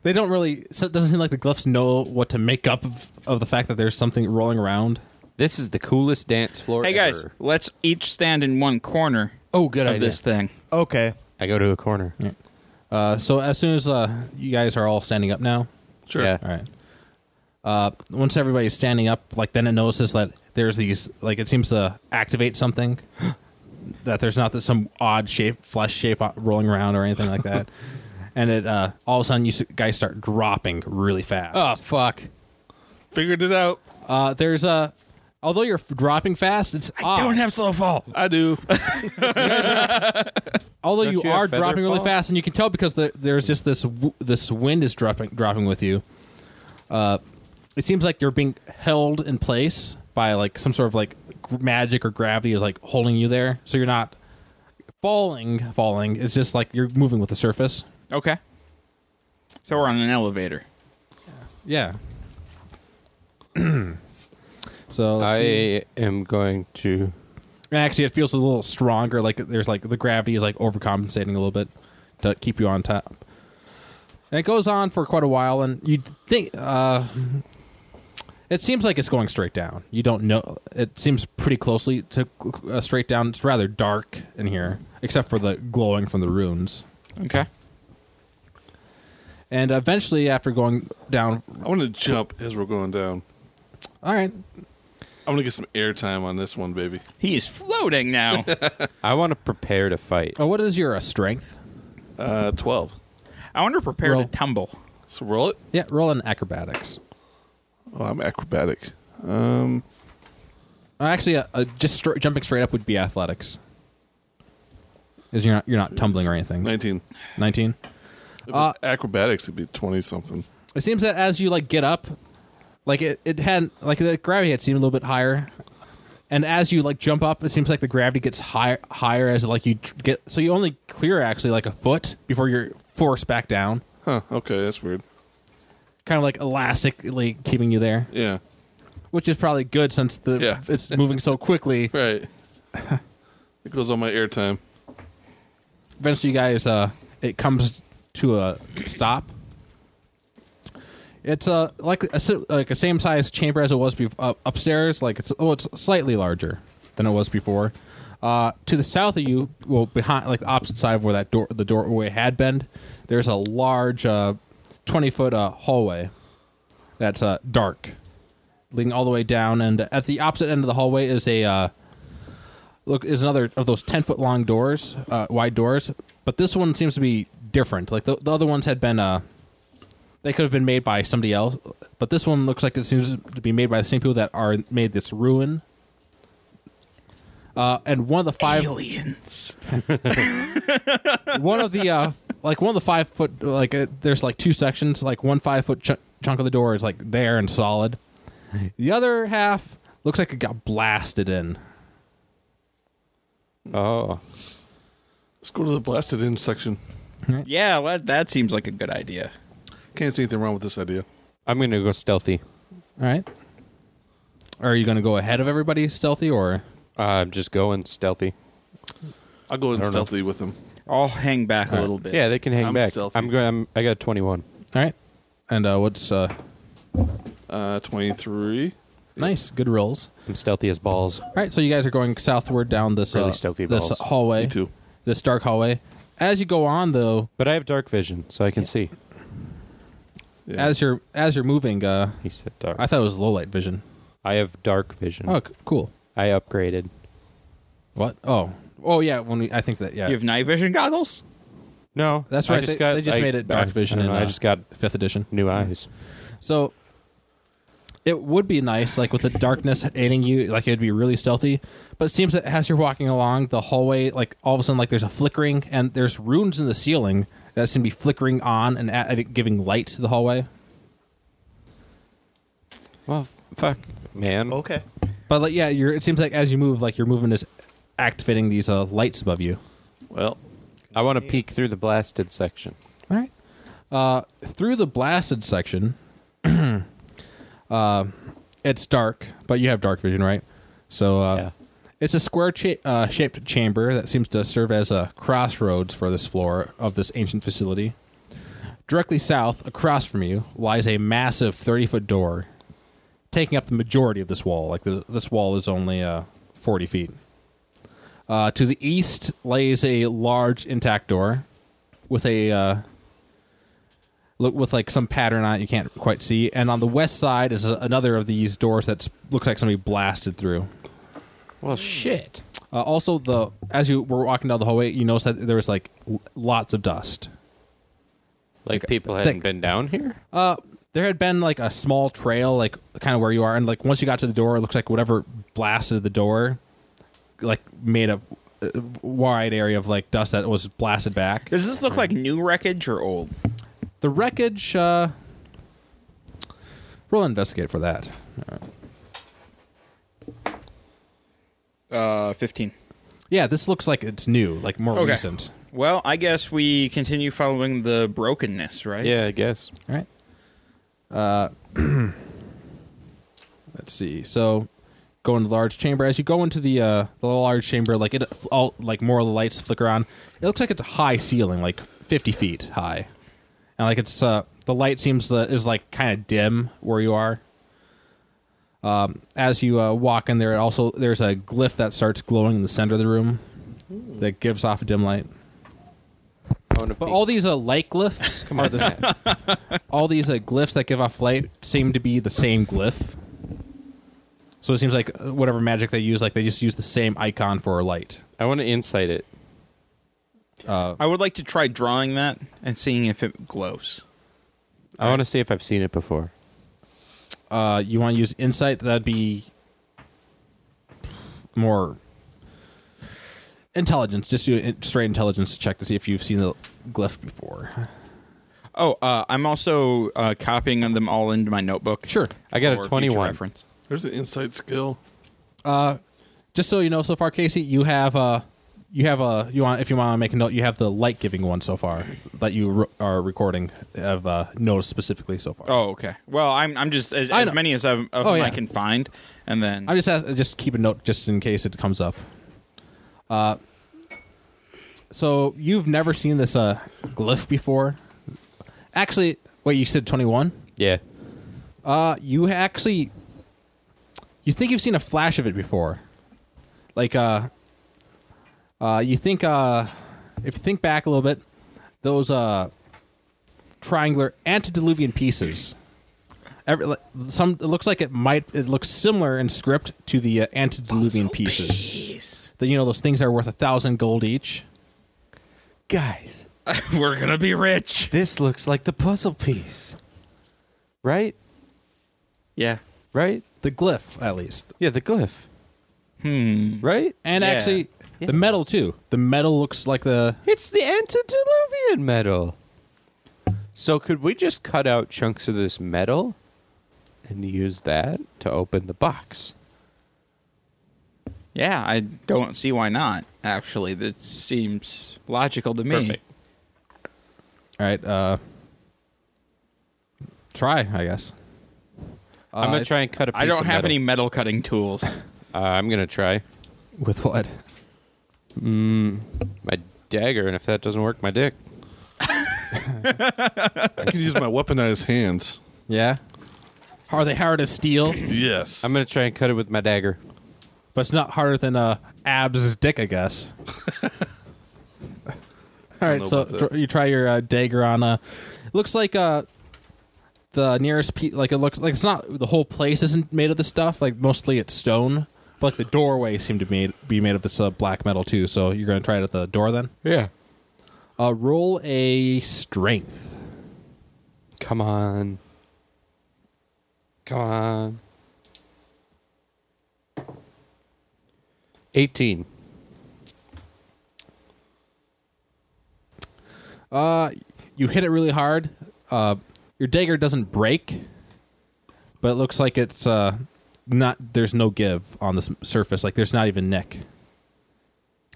Speaker 1: they don't really so it doesn't seem like the glyphs know what to make up of, of the fact that there's something rolling around
Speaker 3: This is the coolest dance floor.
Speaker 2: Hey guys,
Speaker 3: ever.
Speaker 2: let's each stand in one corner
Speaker 3: Oh, good
Speaker 2: of
Speaker 3: idea.
Speaker 2: this thing.
Speaker 5: Okay.
Speaker 3: I go to a corner.
Speaker 1: Uh, so as soon as uh, you guys are all standing up now,
Speaker 4: Sure.
Speaker 3: Yeah.
Speaker 1: all right. Uh, once everybody's standing up, like then it notices that there's these like it seems to activate something. [gasps] that there's not this, some odd shape, flesh shape o- rolling around or anything like
Speaker 2: [laughs]
Speaker 1: that, and it uh, all of a sudden you s- guys start dropping really fast.
Speaker 2: Ah.
Speaker 3: Oh fuck!
Speaker 4: Figured it out.
Speaker 1: Uh, there's Uh, Although you're f- dropping fast, it's
Speaker 2: I
Speaker 1: odd.
Speaker 2: don't have slow fall.
Speaker 4: I do.
Speaker 1: Although
Speaker 3: Don't
Speaker 1: you,
Speaker 3: you have
Speaker 1: are
Speaker 3: feather
Speaker 1: dropping really
Speaker 3: fall?
Speaker 1: fast, and you can tell because the, there's just this w- this wind is dropping dropping with you. Uh, it seems like you're being held in place by like some sort of like g- magic or gravity is like holding you there, so you're not falling. Falling. It's just like you're moving with the surface.
Speaker 2: Okay. So we're on an elevator.
Speaker 1: Yeah. [clears throat] so let's see.
Speaker 3: I am going to.
Speaker 1: And actually, it feels a little stronger. Like there's like the gravity is like overcompensating a little bit to keep you on top. And it goes on for quite a while, and you think uh, it seems like it's going straight down. You don't know. It seems pretty closely to uh, straight down. It's rather dark in here, except for the glowing from the runes.
Speaker 2: Okay.
Speaker 1: And eventually, after going down,
Speaker 4: I want to jump as we're going down.
Speaker 1: all right,
Speaker 4: I want to get some air time on this one, baby.
Speaker 2: He is floating now.
Speaker 3: I want to prepare to fight.
Speaker 1: uh, what is your uh, strength?
Speaker 4: Uh, twelve.
Speaker 2: I want to prepare
Speaker 1: Roll.
Speaker 2: to tumble.
Speaker 4: So roll it.
Speaker 1: Yeah, roll an acrobatics.
Speaker 4: Oh, I'm acrobatic. Um,
Speaker 1: Uh, Actually, uh, uh, just str- jumping straight up would be athletics. Because you're not you're not tumbling or anything.
Speaker 4: nineteen.
Speaker 1: Nineteen. Uh,
Speaker 4: acrobatics would be twenty something.
Speaker 1: It seems that as you like get up, like it, it had like the gravity had seemed a little bit higher, and as you like jump up, it seems like the gravity gets higher higher as like you tr- get. So you only clear actually like a foot before you're forced back down,
Speaker 4: Huh. Okay, that's weird.
Speaker 1: kind of like elastically keeping you there,
Speaker 4: Yeah.
Speaker 1: which is probably good since the
Speaker 4: Yeah.
Speaker 1: it's moving so quickly.
Speaker 4: Right. it goes on my air time.
Speaker 1: eventually you guys uh it comes to a stop it's uh like a si- like a same size chamber as it was bef- uh, upstairs like it's oh it's slightly larger than it was before uh to the south of you well behind like the opposite side of where that door the doorway had been there's a large uh 20 foot uh hallway that's uh dark leading all the way down and at the opposite end of the hallway is a uh look is another of those 10 foot long doors uh, wide doors but this one seems to be different like the, the other ones had been uh They could have been made by somebody else, but this one looks like it seems to be made by the same people that are made this ruin. Uh, and one of the five
Speaker 2: Aliens.
Speaker 1: one of the uh like one of the five foot like uh, there's like two sections like one five foot ch- chunk of the door is like there and solid the other half looks like it got blasted in
Speaker 3: Oh.
Speaker 4: Let's go to the blasted in section.
Speaker 2: Yeah, that, that seems like a good idea.
Speaker 4: Can't see anything wrong with this idea.
Speaker 3: I'm going to go stealthy.
Speaker 1: all right are you gonna go ahead of everybody stealthy or
Speaker 3: Uh, I'm just going stealthy.
Speaker 4: I'll go in
Speaker 3: don't know.
Speaker 4: stealthy with him.
Speaker 2: I'll hang back a little bit.
Speaker 3: Yeah, they can hang
Speaker 4: I'm
Speaker 3: back.
Speaker 4: stealthy.
Speaker 3: I'm going. I'm, I got 21.
Speaker 1: all right and uh what's uh
Speaker 4: Uh, 23.
Speaker 1: nice good rolls
Speaker 3: I'm stealthy as balls.
Speaker 1: all right so you guys are going southward down this
Speaker 3: Really
Speaker 1: uh,
Speaker 3: stealthy
Speaker 1: this
Speaker 3: balls.
Speaker 1: hallway
Speaker 4: Me too.
Speaker 1: this dark hallway as you go on though
Speaker 3: But I have dark vision, so I can see.
Speaker 4: Yeah.
Speaker 1: as you're as you're moving uh
Speaker 3: He said dark.
Speaker 1: i thought it was low light vision
Speaker 3: I have dark vision.
Speaker 1: oh c- cool
Speaker 3: I upgraded.
Speaker 1: What? Oh, oh yeah. When we, I think that yeah,
Speaker 2: You have night vision goggles?
Speaker 3: No,
Speaker 1: that's
Speaker 3: I
Speaker 1: right.
Speaker 3: just
Speaker 1: they,
Speaker 3: got-
Speaker 1: they just
Speaker 3: I-
Speaker 1: made it dark
Speaker 3: I-
Speaker 1: vision.
Speaker 3: I, don't
Speaker 1: in,
Speaker 3: know, I
Speaker 1: uh,
Speaker 3: just got
Speaker 1: fifth edition.
Speaker 2: Mm-hmm.
Speaker 3: new eyes.
Speaker 1: So it would be nice, like with the darkness aiding you, like it'd be really stealthy. But it seems that as you're walking along the hallway, like all of a sudden, like there's a flickering and there's runes in the ceiling that seem to be flickering on and at, at it giving light to the hallway.
Speaker 3: Well, fuck, man.
Speaker 5: Okay.
Speaker 1: But like yeah, you're. It seems like as you move, like your movement is activating these uh, lights above you.
Speaker 3: Well, I want to peek through the blasted section.
Speaker 1: All right. Uh, through the blasted section, [clears throat] uh, it's dark, but you have dark vision, right? So uh,
Speaker 3: Yeah.
Speaker 1: it's a square cha- uh, shaped chamber that seems to serve as a crossroads for this floor of this ancient facility. Directly south, across from you, lies a massive 30 foot door taking up the majority of this wall. Like the, this wall is only uh, 40 feet. Uh, to the east lays a large intact door with a uh, look with like some pattern on it you can't quite see. And on the west side is a- another of these doors that looks like somebody blasted through.
Speaker 3: Well, shit.
Speaker 1: Uh, also, the as you were walking down the hallway, you noticed that there was like l- lots of dust.
Speaker 3: Like people
Speaker 1: thick.
Speaker 3: hadn't been down here.
Speaker 1: There had been like a small trail, like kind of where you are, and like once you got to the door, it looks like whatever blasted the door, like made a uh, wide area of like dust that was blasted back.
Speaker 2: Does this look like new wreckage or old?
Speaker 1: The wreckage. Uh, roll investigate for that.
Speaker 2: Uh, 15.
Speaker 1: Yeah, this looks like it's new, like more
Speaker 2: Okay.
Speaker 1: recent.
Speaker 2: Well, I guess we continue following the brokenness, right?
Speaker 3: yeah, I guess.
Speaker 1: All right. Uh, [clears throat] let's see. So, go into the large chamber. As you go into the uh, the large chamber, like it all like more of the lights flicker on. It looks like it's a high ceiling, like fifty feet high, and like it's uh, the light seems to, is like kind of dim where you are. Um, as you uh, walk in there, it also there's a glyph that starts glowing in the center of the room that gives off a dim light.
Speaker 3: I want to
Speaker 1: But
Speaker 3: peek.
Speaker 1: all these uh, light glyphs, are the, all these uh, glyphs that give off light seem to be the same glyph. So it seems like uh, whatever magic they use, like they just use the same icon for light.
Speaker 3: I want to insight it.
Speaker 2: I would like to try drawing that and seeing if it glows.
Speaker 3: I want to see if I've seen it before.
Speaker 1: Uh, you want to use insight? That'd be more intelligence. Just do a straight intelligence check to see if you've seen the glyph before.
Speaker 2: Oh, uh, I'm also uh, copying them all into my notebook.
Speaker 1: Sure.
Speaker 3: I got a
Speaker 2: for future
Speaker 3: 21.
Speaker 2: Reference.
Speaker 4: There's the insight skill.
Speaker 1: Just so you know, so far, Casey, you have uh, you have a you want if you want to make a note, you have the light giving one so far that you re- are recording have uh, noticed specifically so far.
Speaker 2: Oh, okay. Well, I'm I'm just as,
Speaker 1: I
Speaker 2: as
Speaker 1: know.
Speaker 2: many as I've, of
Speaker 1: Oh,
Speaker 2: them
Speaker 1: yeah.
Speaker 2: I can find, and then
Speaker 1: I'm just ask, just keep a note just in case it comes up. Uh, so you've never seen this uh glyph before. Actually, wait, you said 21.
Speaker 3: Yeah.
Speaker 1: Uh, you actually you think you've seen a flash of it before like uh uh you think uh if you think back a little bit those uh triangular antediluvian pieces every, like, some it looks like it might it looks similar in script to the uh, antediluvian pieces that you know those things are worth a thousand gold each
Speaker 3: Guys,
Speaker 2: [laughs] we're gonna be rich.
Speaker 3: this looks like the puzzle piece. right?
Speaker 2: Yeah.
Speaker 3: Right?
Speaker 1: The glyph, at least.
Speaker 3: Yeah, the glyph. Hmm. Right?
Speaker 1: And
Speaker 2: Yeah.
Speaker 1: actually,
Speaker 3: Yeah.
Speaker 1: the metal, too. The metal looks like the.
Speaker 3: It's the antediluvian metal. So could we just cut out chunks of this metal and use that to open the box?
Speaker 2: Yeah, I don't see why not. Actually, that seems logical to me.
Speaker 3: Perfect.
Speaker 1: All right. Uh, try, I guess.
Speaker 3: I'm
Speaker 1: Uh,
Speaker 3: gonna try and cut a piece
Speaker 2: I don't
Speaker 3: of
Speaker 2: have
Speaker 3: metal.
Speaker 2: any metal cutting
Speaker 3: [laughs]
Speaker 2: tools.
Speaker 3: Uh, I'm gonna try
Speaker 1: With what?
Speaker 3: my dagger, and if that doesn't work, my dick.
Speaker 4: I could use my weaponized hands.
Speaker 1: Yeah. Are they hard as steel? [clears throat]
Speaker 4: Yes.
Speaker 3: I'm gonna try and cut it with my dagger.
Speaker 1: but it's not harder than uh, Ab's dick, I
Speaker 4: [laughs]
Speaker 1: guess. All right,
Speaker 4: know
Speaker 1: so
Speaker 4: about that.
Speaker 1: tr- you try your uh, dagger on. Uh, looks like uh, the nearest pe- like it looks like it's not the whole place isn't made of this stuff. Like mostly it's stone, but like the doorway seemed to be be made of this uh, black metal too. So you're gonna try it at the door then.
Speaker 3: Yeah.
Speaker 1: Uh, roll a strength.
Speaker 3: Come on. Come on. 18.
Speaker 1: you hit it really hard. Uh, your dagger doesn't break, but it looks like it's uh, not. There's no give on the s- surface. Like there's not even nick.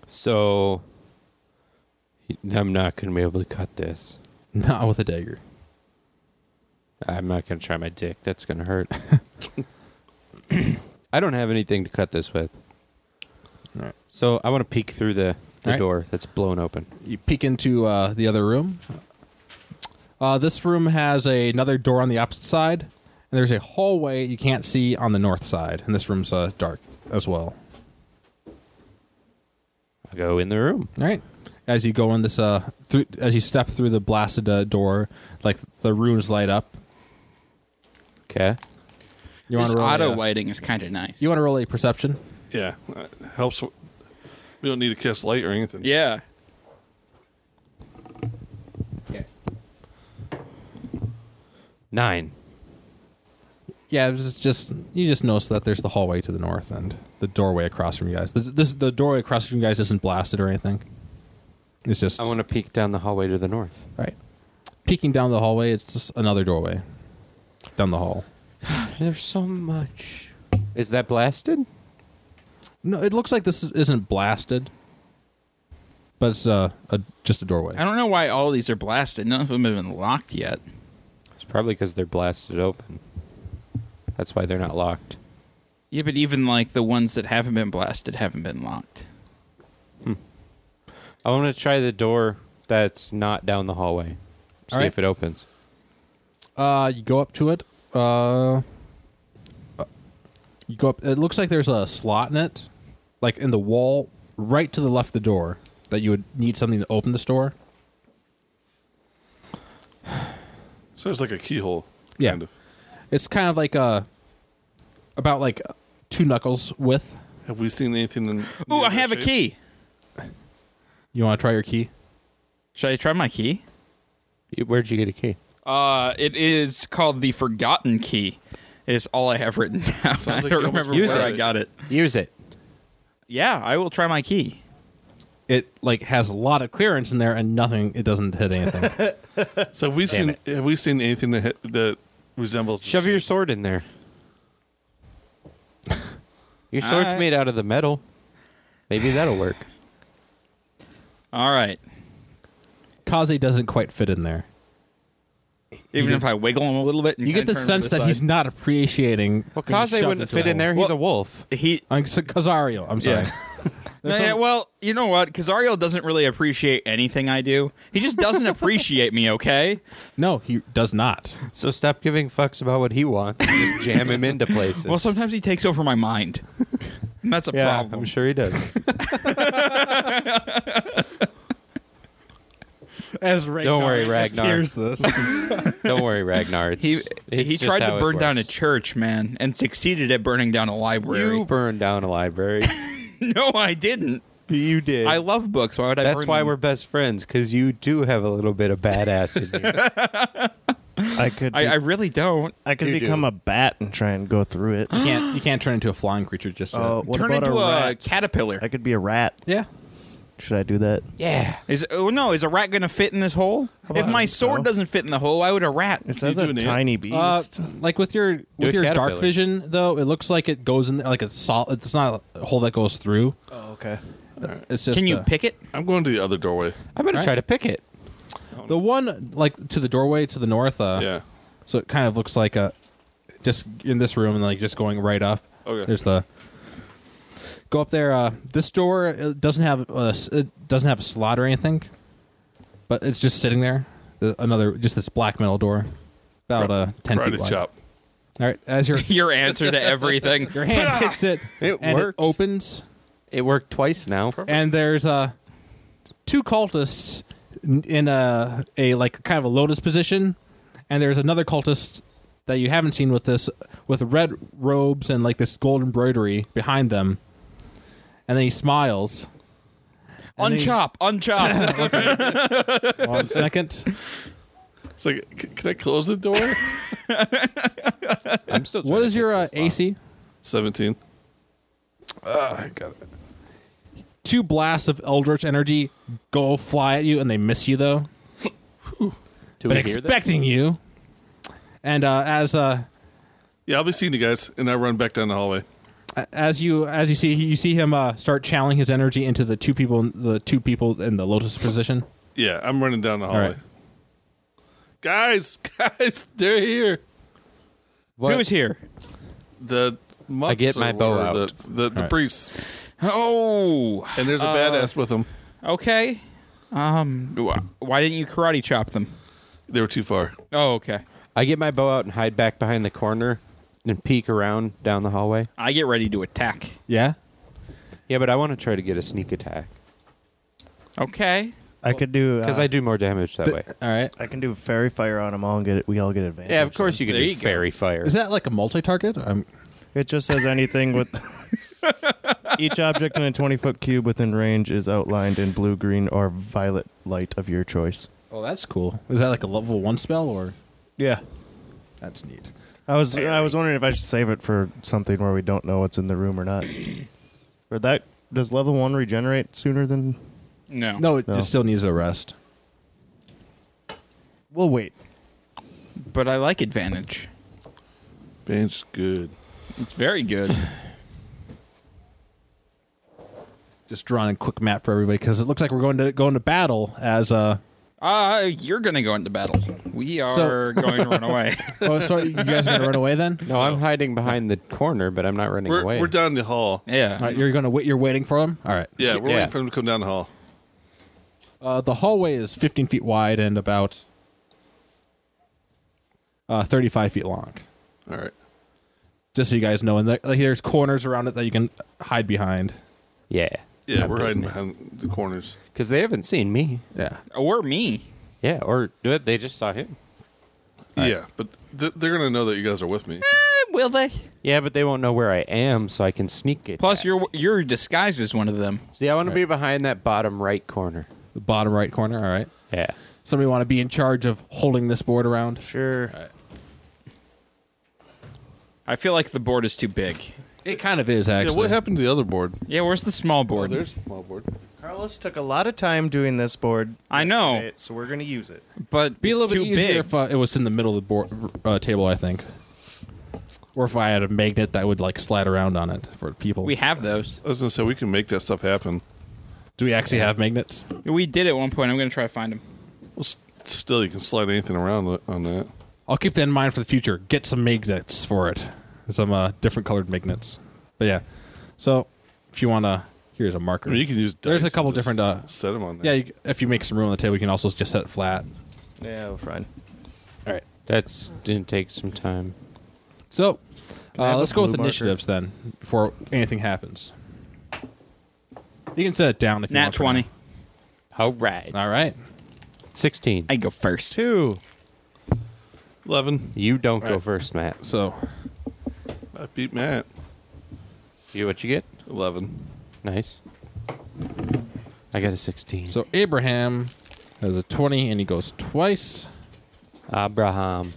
Speaker 3: So I'm not going to be able to cut this.
Speaker 1: [laughs] Not with a dagger.
Speaker 3: I'm not going to try my dick. That's going
Speaker 1: [laughs]
Speaker 3: to hurt. I don't have anything to cut this with.
Speaker 1: Alright.
Speaker 3: So I want to peek through the, the
Speaker 1: Alright.
Speaker 3: door that's blown open.
Speaker 1: You peek into uh, the other room. Uh, this room has a, another door on the opposite side, and there's a hallway you can't see on the north side. And this room's uh, dark as well.
Speaker 3: I go in the room.
Speaker 1: All right. As you go in this, uh, through, as you step through the blasted uh, door, like the runes light up.
Speaker 3: Okay.
Speaker 1: You want
Speaker 2: this
Speaker 1: to roll?
Speaker 2: auto
Speaker 1: a, uh,
Speaker 2: lighting is kind of nice.
Speaker 1: you want to roll a perception?
Speaker 4: yeah. Uh, Helps. We don't need to cast light or anything.
Speaker 2: yeah.
Speaker 3: Nine.
Speaker 1: Yeah, it was just you just notice that there's the hallway to the north and the doorway across from you guys. This, this the doorway across from you guys isn't blasted or anything. It's just
Speaker 3: I want to peek down the hallway to the north.
Speaker 1: right. Peeking down the hallway, it's just another doorway down the hall.
Speaker 3: There's so much. Is that blasted?
Speaker 1: No, it looks like this isn't blasted, but it's uh, a, just a doorway.
Speaker 2: I don't know why all these are blasted. None of them have been locked yet.
Speaker 3: It's probably because they're blasted open. That's why they're not locked.
Speaker 2: Yeah, but even like the ones that haven't been blasted haven't been locked.
Speaker 3: I want to try the door that's not down the hallway. See
Speaker 1: Alright.
Speaker 3: if it opens.
Speaker 1: Uh, you go up to it. Uh, you go up. It looks like there's a slot in it, like in the wall, right to the left of the door. That you would need something to open this door.
Speaker 4: So it's like a keyhole.
Speaker 1: Yeah.
Speaker 4: Kind of.
Speaker 1: It's kind of like a about like two knuckles width.
Speaker 4: Have we seen anything in. the
Speaker 2: Ooh, I
Speaker 4: other
Speaker 2: have a
Speaker 4: shape?
Speaker 2: key.
Speaker 1: You want to try your key?
Speaker 2: Should I try my key?
Speaker 3: You- Where'd you get a key?
Speaker 2: Uh, it is called the Forgotten Key. Is all I have written [laughs] down. I
Speaker 4: like you
Speaker 2: don't
Speaker 4: almost
Speaker 2: remember
Speaker 4: use
Speaker 2: where
Speaker 4: it.
Speaker 2: I got it.
Speaker 3: Use it.
Speaker 2: Yeah, I will try my key.
Speaker 1: It like has a lot of clearance in there and nothing. It doesn't hit
Speaker 3: [laughs]
Speaker 1: anything.
Speaker 4: So have we seen? Have we seen anything that hit, that resembles? the
Speaker 3: Shove
Speaker 4: shape?
Speaker 3: your sword in there. [laughs] Your sword's
Speaker 2: Alright.
Speaker 3: made out of the metal. Maybe that'll work.
Speaker 2: All right.
Speaker 1: Kaze doesn't quite fit in there.
Speaker 2: Even if I wiggle him a little bit, and
Speaker 1: You get
Speaker 2: kinda
Speaker 1: the
Speaker 2: turn him
Speaker 1: sense
Speaker 2: to the
Speaker 1: that he's
Speaker 2: side.
Speaker 1: not appreciating.
Speaker 3: Well,
Speaker 1: being
Speaker 3: Kaze
Speaker 1: shoved
Speaker 3: wouldn't
Speaker 1: into
Speaker 3: fit
Speaker 1: the
Speaker 3: in there.
Speaker 1: hole.
Speaker 3: He's a
Speaker 2: Well-
Speaker 3: wolf.
Speaker 2: he.
Speaker 1: I'm so- Kazario. I'm sorry.
Speaker 2: Yeah. [laughs] No, yeah, well, you know what? Kazariel doesn't really appreciate anything I do. He just [laughs] doesn't appreciate me, okay?
Speaker 1: [laughs] No, he does not.
Speaker 3: So stop giving fucks about what he wants. Just jam him into [laughs] places.
Speaker 2: Well, sometimes he takes over my mind. And [laughs] that's a
Speaker 3: yeah,
Speaker 2: problem.
Speaker 3: I'm sure he does.
Speaker 1: As Ragnar
Speaker 3: Don't worry,
Speaker 1: just
Speaker 3: Ragnar.
Speaker 1: hears this.
Speaker 3: [laughs] Don't worry, Ragnar. It's,
Speaker 2: He
Speaker 3: it's
Speaker 2: he
Speaker 3: just
Speaker 2: tried
Speaker 3: how
Speaker 2: to
Speaker 3: it
Speaker 2: burn down a
Speaker 3: works.
Speaker 2: church, man, and succeeded at burning down a library.
Speaker 3: You burned down a
Speaker 2: [laughs]
Speaker 3: library.
Speaker 2: No, I didn't.
Speaker 3: you did.
Speaker 2: I love books. Why would I?
Speaker 3: That's
Speaker 2: burn
Speaker 3: why
Speaker 2: them? [laughs]
Speaker 3: we're best friends because you do have a little bit of badass in you.
Speaker 5: I could.
Speaker 2: I,
Speaker 5: be-
Speaker 2: I really don't.
Speaker 5: I could
Speaker 3: You
Speaker 5: become
Speaker 3: do.
Speaker 5: a bat and try and go through it.
Speaker 1: You can't you can't turn into a flying creature just yet.
Speaker 5: Uh, what
Speaker 2: Turn
Speaker 5: about
Speaker 2: into
Speaker 5: a,
Speaker 2: a,
Speaker 5: rat?
Speaker 2: caterpillar.
Speaker 5: I could be a rat.
Speaker 1: yeah.
Speaker 5: Should I do that?
Speaker 3: Yeah.
Speaker 2: Is oh no, is a rat gonna fit in this hole? If
Speaker 5: about
Speaker 2: my
Speaker 5: a
Speaker 2: sword
Speaker 5: cow?
Speaker 2: doesn't fit in the hole, why would a rat?
Speaker 5: It says
Speaker 4: do
Speaker 5: a
Speaker 4: an ant.
Speaker 5: tiny beast.
Speaker 1: Uh, like with your with
Speaker 3: a
Speaker 1: your dark
Speaker 3: caterpillar.
Speaker 1: vision though, it looks like it goes in like a solid. It's not a hole that goes through.
Speaker 5: oh, okay.
Speaker 1: It's just
Speaker 2: Can you
Speaker 1: a-
Speaker 2: pick it? [laughs]
Speaker 4: I'm going to the other doorway.
Speaker 3: I'm gonna
Speaker 1: Alright.
Speaker 3: try to pick it.
Speaker 1: the one like to the doorway to the north? Uh,
Speaker 4: Yeah.
Speaker 1: So it kind of looks like a just in this room and like just going right up.
Speaker 4: Okay.
Speaker 1: There's the go up there. Uh, this door it doesn't have a, s- it doesn't have a slot or anything, but it's just sitting there. The- Another just this black metal door, about uh, ten
Speaker 4: Karate
Speaker 1: feet wide.
Speaker 4: chop.
Speaker 1: All right, as
Speaker 4: [laughs]
Speaker 1: your
Speaker 2: Your answer to everything.
Speaker 1: [laughs] your hand hits it,
Speaker 3: It
Speaker 1: and
Speaker 3: worked.
Speaker 1: it opens,
Speaker 3: It worked twice now.
Speaker 1: and there's uh, two cultists n- in a a like kind of a lotus position, and there's another cultist that you haven't seen with this with red robes and like this gold embroidery behind them, and then he smiles. And then he-
Speaker 2: unchop, unchop.
Speaker 1: One second.
Speaker 4: It's like, c- can I close the door?
Speaker 3: I'm still.
Speaker 1: What is your uh, AC?
Speaker 4: 17.
Speaker 1: Two blasts of eldritch energy go fly at you, and they miss you though. but expecting you. And uh, as uh,
Speaker 4: Yeah, I'll be seeing you guys, and I run back down the hallway.
Speaker 1: as you as you see you see him uh, start channeling his energy into the two people the two people in the lotus position.
Speaker 4: Yeah, I'm running down the hallway.
Speaker 1: right.
Speaker 4: Guys, [laughs] guys, they're here.
Speaker 3: What?
Speaker 2: Who's here?
Speaker 4: The monks
Speaker 3: get my
Speaker 4: or
Speaker 3: bow
Speaker 4: whatever,
Speaker 3: out.
Speaker 4: The, the, the
Speaker 1: right.
Speaker 4: priests,
Speaker 2: Oh,
Speaker 4: and there's a badass with them.
Speaker 2: okay. Um, wh- why didn't you karate chop them?
Speaker 4: They were too far.
Speaker 2: Oh, okay.
Speaker 3: I get my bow out and hide back behind the corner and peek around down the hallway.
Speaker 2: I get ready to attack.
Speaker 1: Yeah.
Speaker 3: Yeah, but I want to try to get a sneak attack
Speaker 2: Okay.
Speaker 5: I could do uh,
Speaker 3: because I do more damage that way.
Speaker 1: All right.
Speaker 5: I can do fairy fire on them all and get it. We all get advantage.
Speaker 3: Yeah, of course you can
Speaker 2: There
Speaker 3: do
Speaker 2: you go.
Speaker 3: fairy fire.
Speaker 1: Is that like a multi-target? Um,
Speaker 5: It just says anything with [laughs] each object in a twenty foot cube within range is outlined in blue, green, or violet light of your choice.
Speaker 1: oh, that's cool. Is that like a level one spell or?
Speaker 5: Yeah.
Speaker 1: That's neat.
Speaker 5: I was I was wondering if I should save it for something where we don't know what's in the room or not. or that does level one regenerate sooner than?
Speaker 2: No.
Speaker 1: No, it,
Speaker 5: No.
Speaker 1: it still needs a rest.
Speaker 5: We'll wait.
Speaker 2: But I like advantage.
Speaker 4: Bench good.
Speaker 2: It's
Speaker 1: [laughs]
Speaker 2: very good.
Speaker 1: Just drawing a quick map for everybody because it looks like we're going to go into battle as uh
Speaker 2: Uh, you're going to go into battle. We are
Speaker 1: So- [laughs]
Speaker 2: going to run away.
Speaker 1: Oh, sorry, you guys are gonna run away then?
Speaker 3: no, I'm hiding behind the corner, but I'm not running
Speaker 4: We're,
Speaker 3: away.
Speaker 4: we're down the hall.
Speaker 2: Yeah.
Speaker 1: All right, you're gonna wait. You're waiting for him. All right.
Speaker 4: Yeah, we're
Speaker 3: Yeah.
Speaker 4: waiting for them to come down the hall.
Speaker 1: Uh, the hallway is 15 feet wide and about uh, 35 feet long.
Speaker 4: All right.
Speaker 1: Just so you guys know, and the, like, there's corners around it that you can hide behind.
Speaker 3: Yeah,
Speaker 4: Yeah, we're hiding behind the corners.
Speaker 3: because they haven't seen me.
Speaker 1: Yeah.
Speaker 2: or Uh, me.
Speaker 3: Yeah, or they just saw him.
Speaker 4: Yeah, but th- they're gonna know that you guys are with me.
Speaker 1: Eh,
Speaker 2: Will they?
Speaker 3: Yeah, but they won't know where I am, so I can sneak it.
Speaker 2: Plus, you're you're disguised as one of them.
Speaker 3: See, I want to be behind that bottom right corner.
Speaker 1: The bottom right corner. All right.
Speaker 3: Yeah.
Speaker 1: Somebody want to be in charge of holding this board around?
Speaker 5: Sure.
Speaker 2: I feel like the board is too big.
Speaker 1: It kind of is
Speaker 4: Yeah,
Speaker 1: actually.
Speaker 4: what happened to the other board?
Speaker 2: Yeah, where's the small
Speaker 4: Oh,
Speaker 2: board?
Speaker 4: there's a small board.
Speaker 5: Carlos took a lot of time doing this board.
Speaker 2: I know.
Speaker 5: yesterday, So we're gonna use it.
Speaker 2: but
Speaker 1: be a
Speaker 2: it's
Speaker 1: little
Speaker 2: too
Speaker 1: bit easier
Speaker 2: big.
Speaker 1: if uh, it was in the middle of the board uh, table, I think, or if I had a magnet that would like slide around on it for people.
Speaker 2: we have those.
Speaker 4: I was gonna say we can make that stuff happen.
Speaker 1: Do we actually have magnets?
Speaker 2: We did at one point. I'm going to try to find them.
Speaker 4: Well, s still, you can slide anything around on- on that.
Speaker 1: I'll keep that in mind for the future. Get some magnets for it, some uh, different colored magnets. But yeah, so if you want to, here's a marker.
Speaker 4: I mean, you can use.
Speaker 1: There's
Speaker 4: dice
Speaker 1: a couple
Speaker 4: and just
Speaker 1: different, uh,
Speaker 4: set them on. There.
Speaker 1: yeah, you, if you make some room on the table, you can also just set it flat.
Speaker 5: Yeah, we're fine.
Speaker 1: All right.
Speaker 3: That's didn't take some time.
Speaker 1: So
Speaker 5: I have
Speaker 1: uh,
Speaker 5: a
Speaker 1: let's go with
Speaker 5: blue marker?
Speaker 1: initiatives then before anything happens. You can set it down if you
Speaker 2: Nat
Speaker 1: want. for
Speaker 2: 20.
Speaker 3: All right.
Speaker 1: now. All right.
Speaker 3: Sixteen.
Speaker 2: I go first.
Speaker 5: Two.
Speaker 4: eleven.
Speaker 3: you don't go
Speaker 4: Right.
Speaker 3: first, Matt.
Speaker 1: So
Speaker 4: I beat Matt.
Speaker 3: You what you get?
Speaker 4: Eleven.
Speaker 3: Nice. I got a sixteen.
Speaker 1: so Abraham has a 20 and he goes twice.
Speaker 3: Abraham.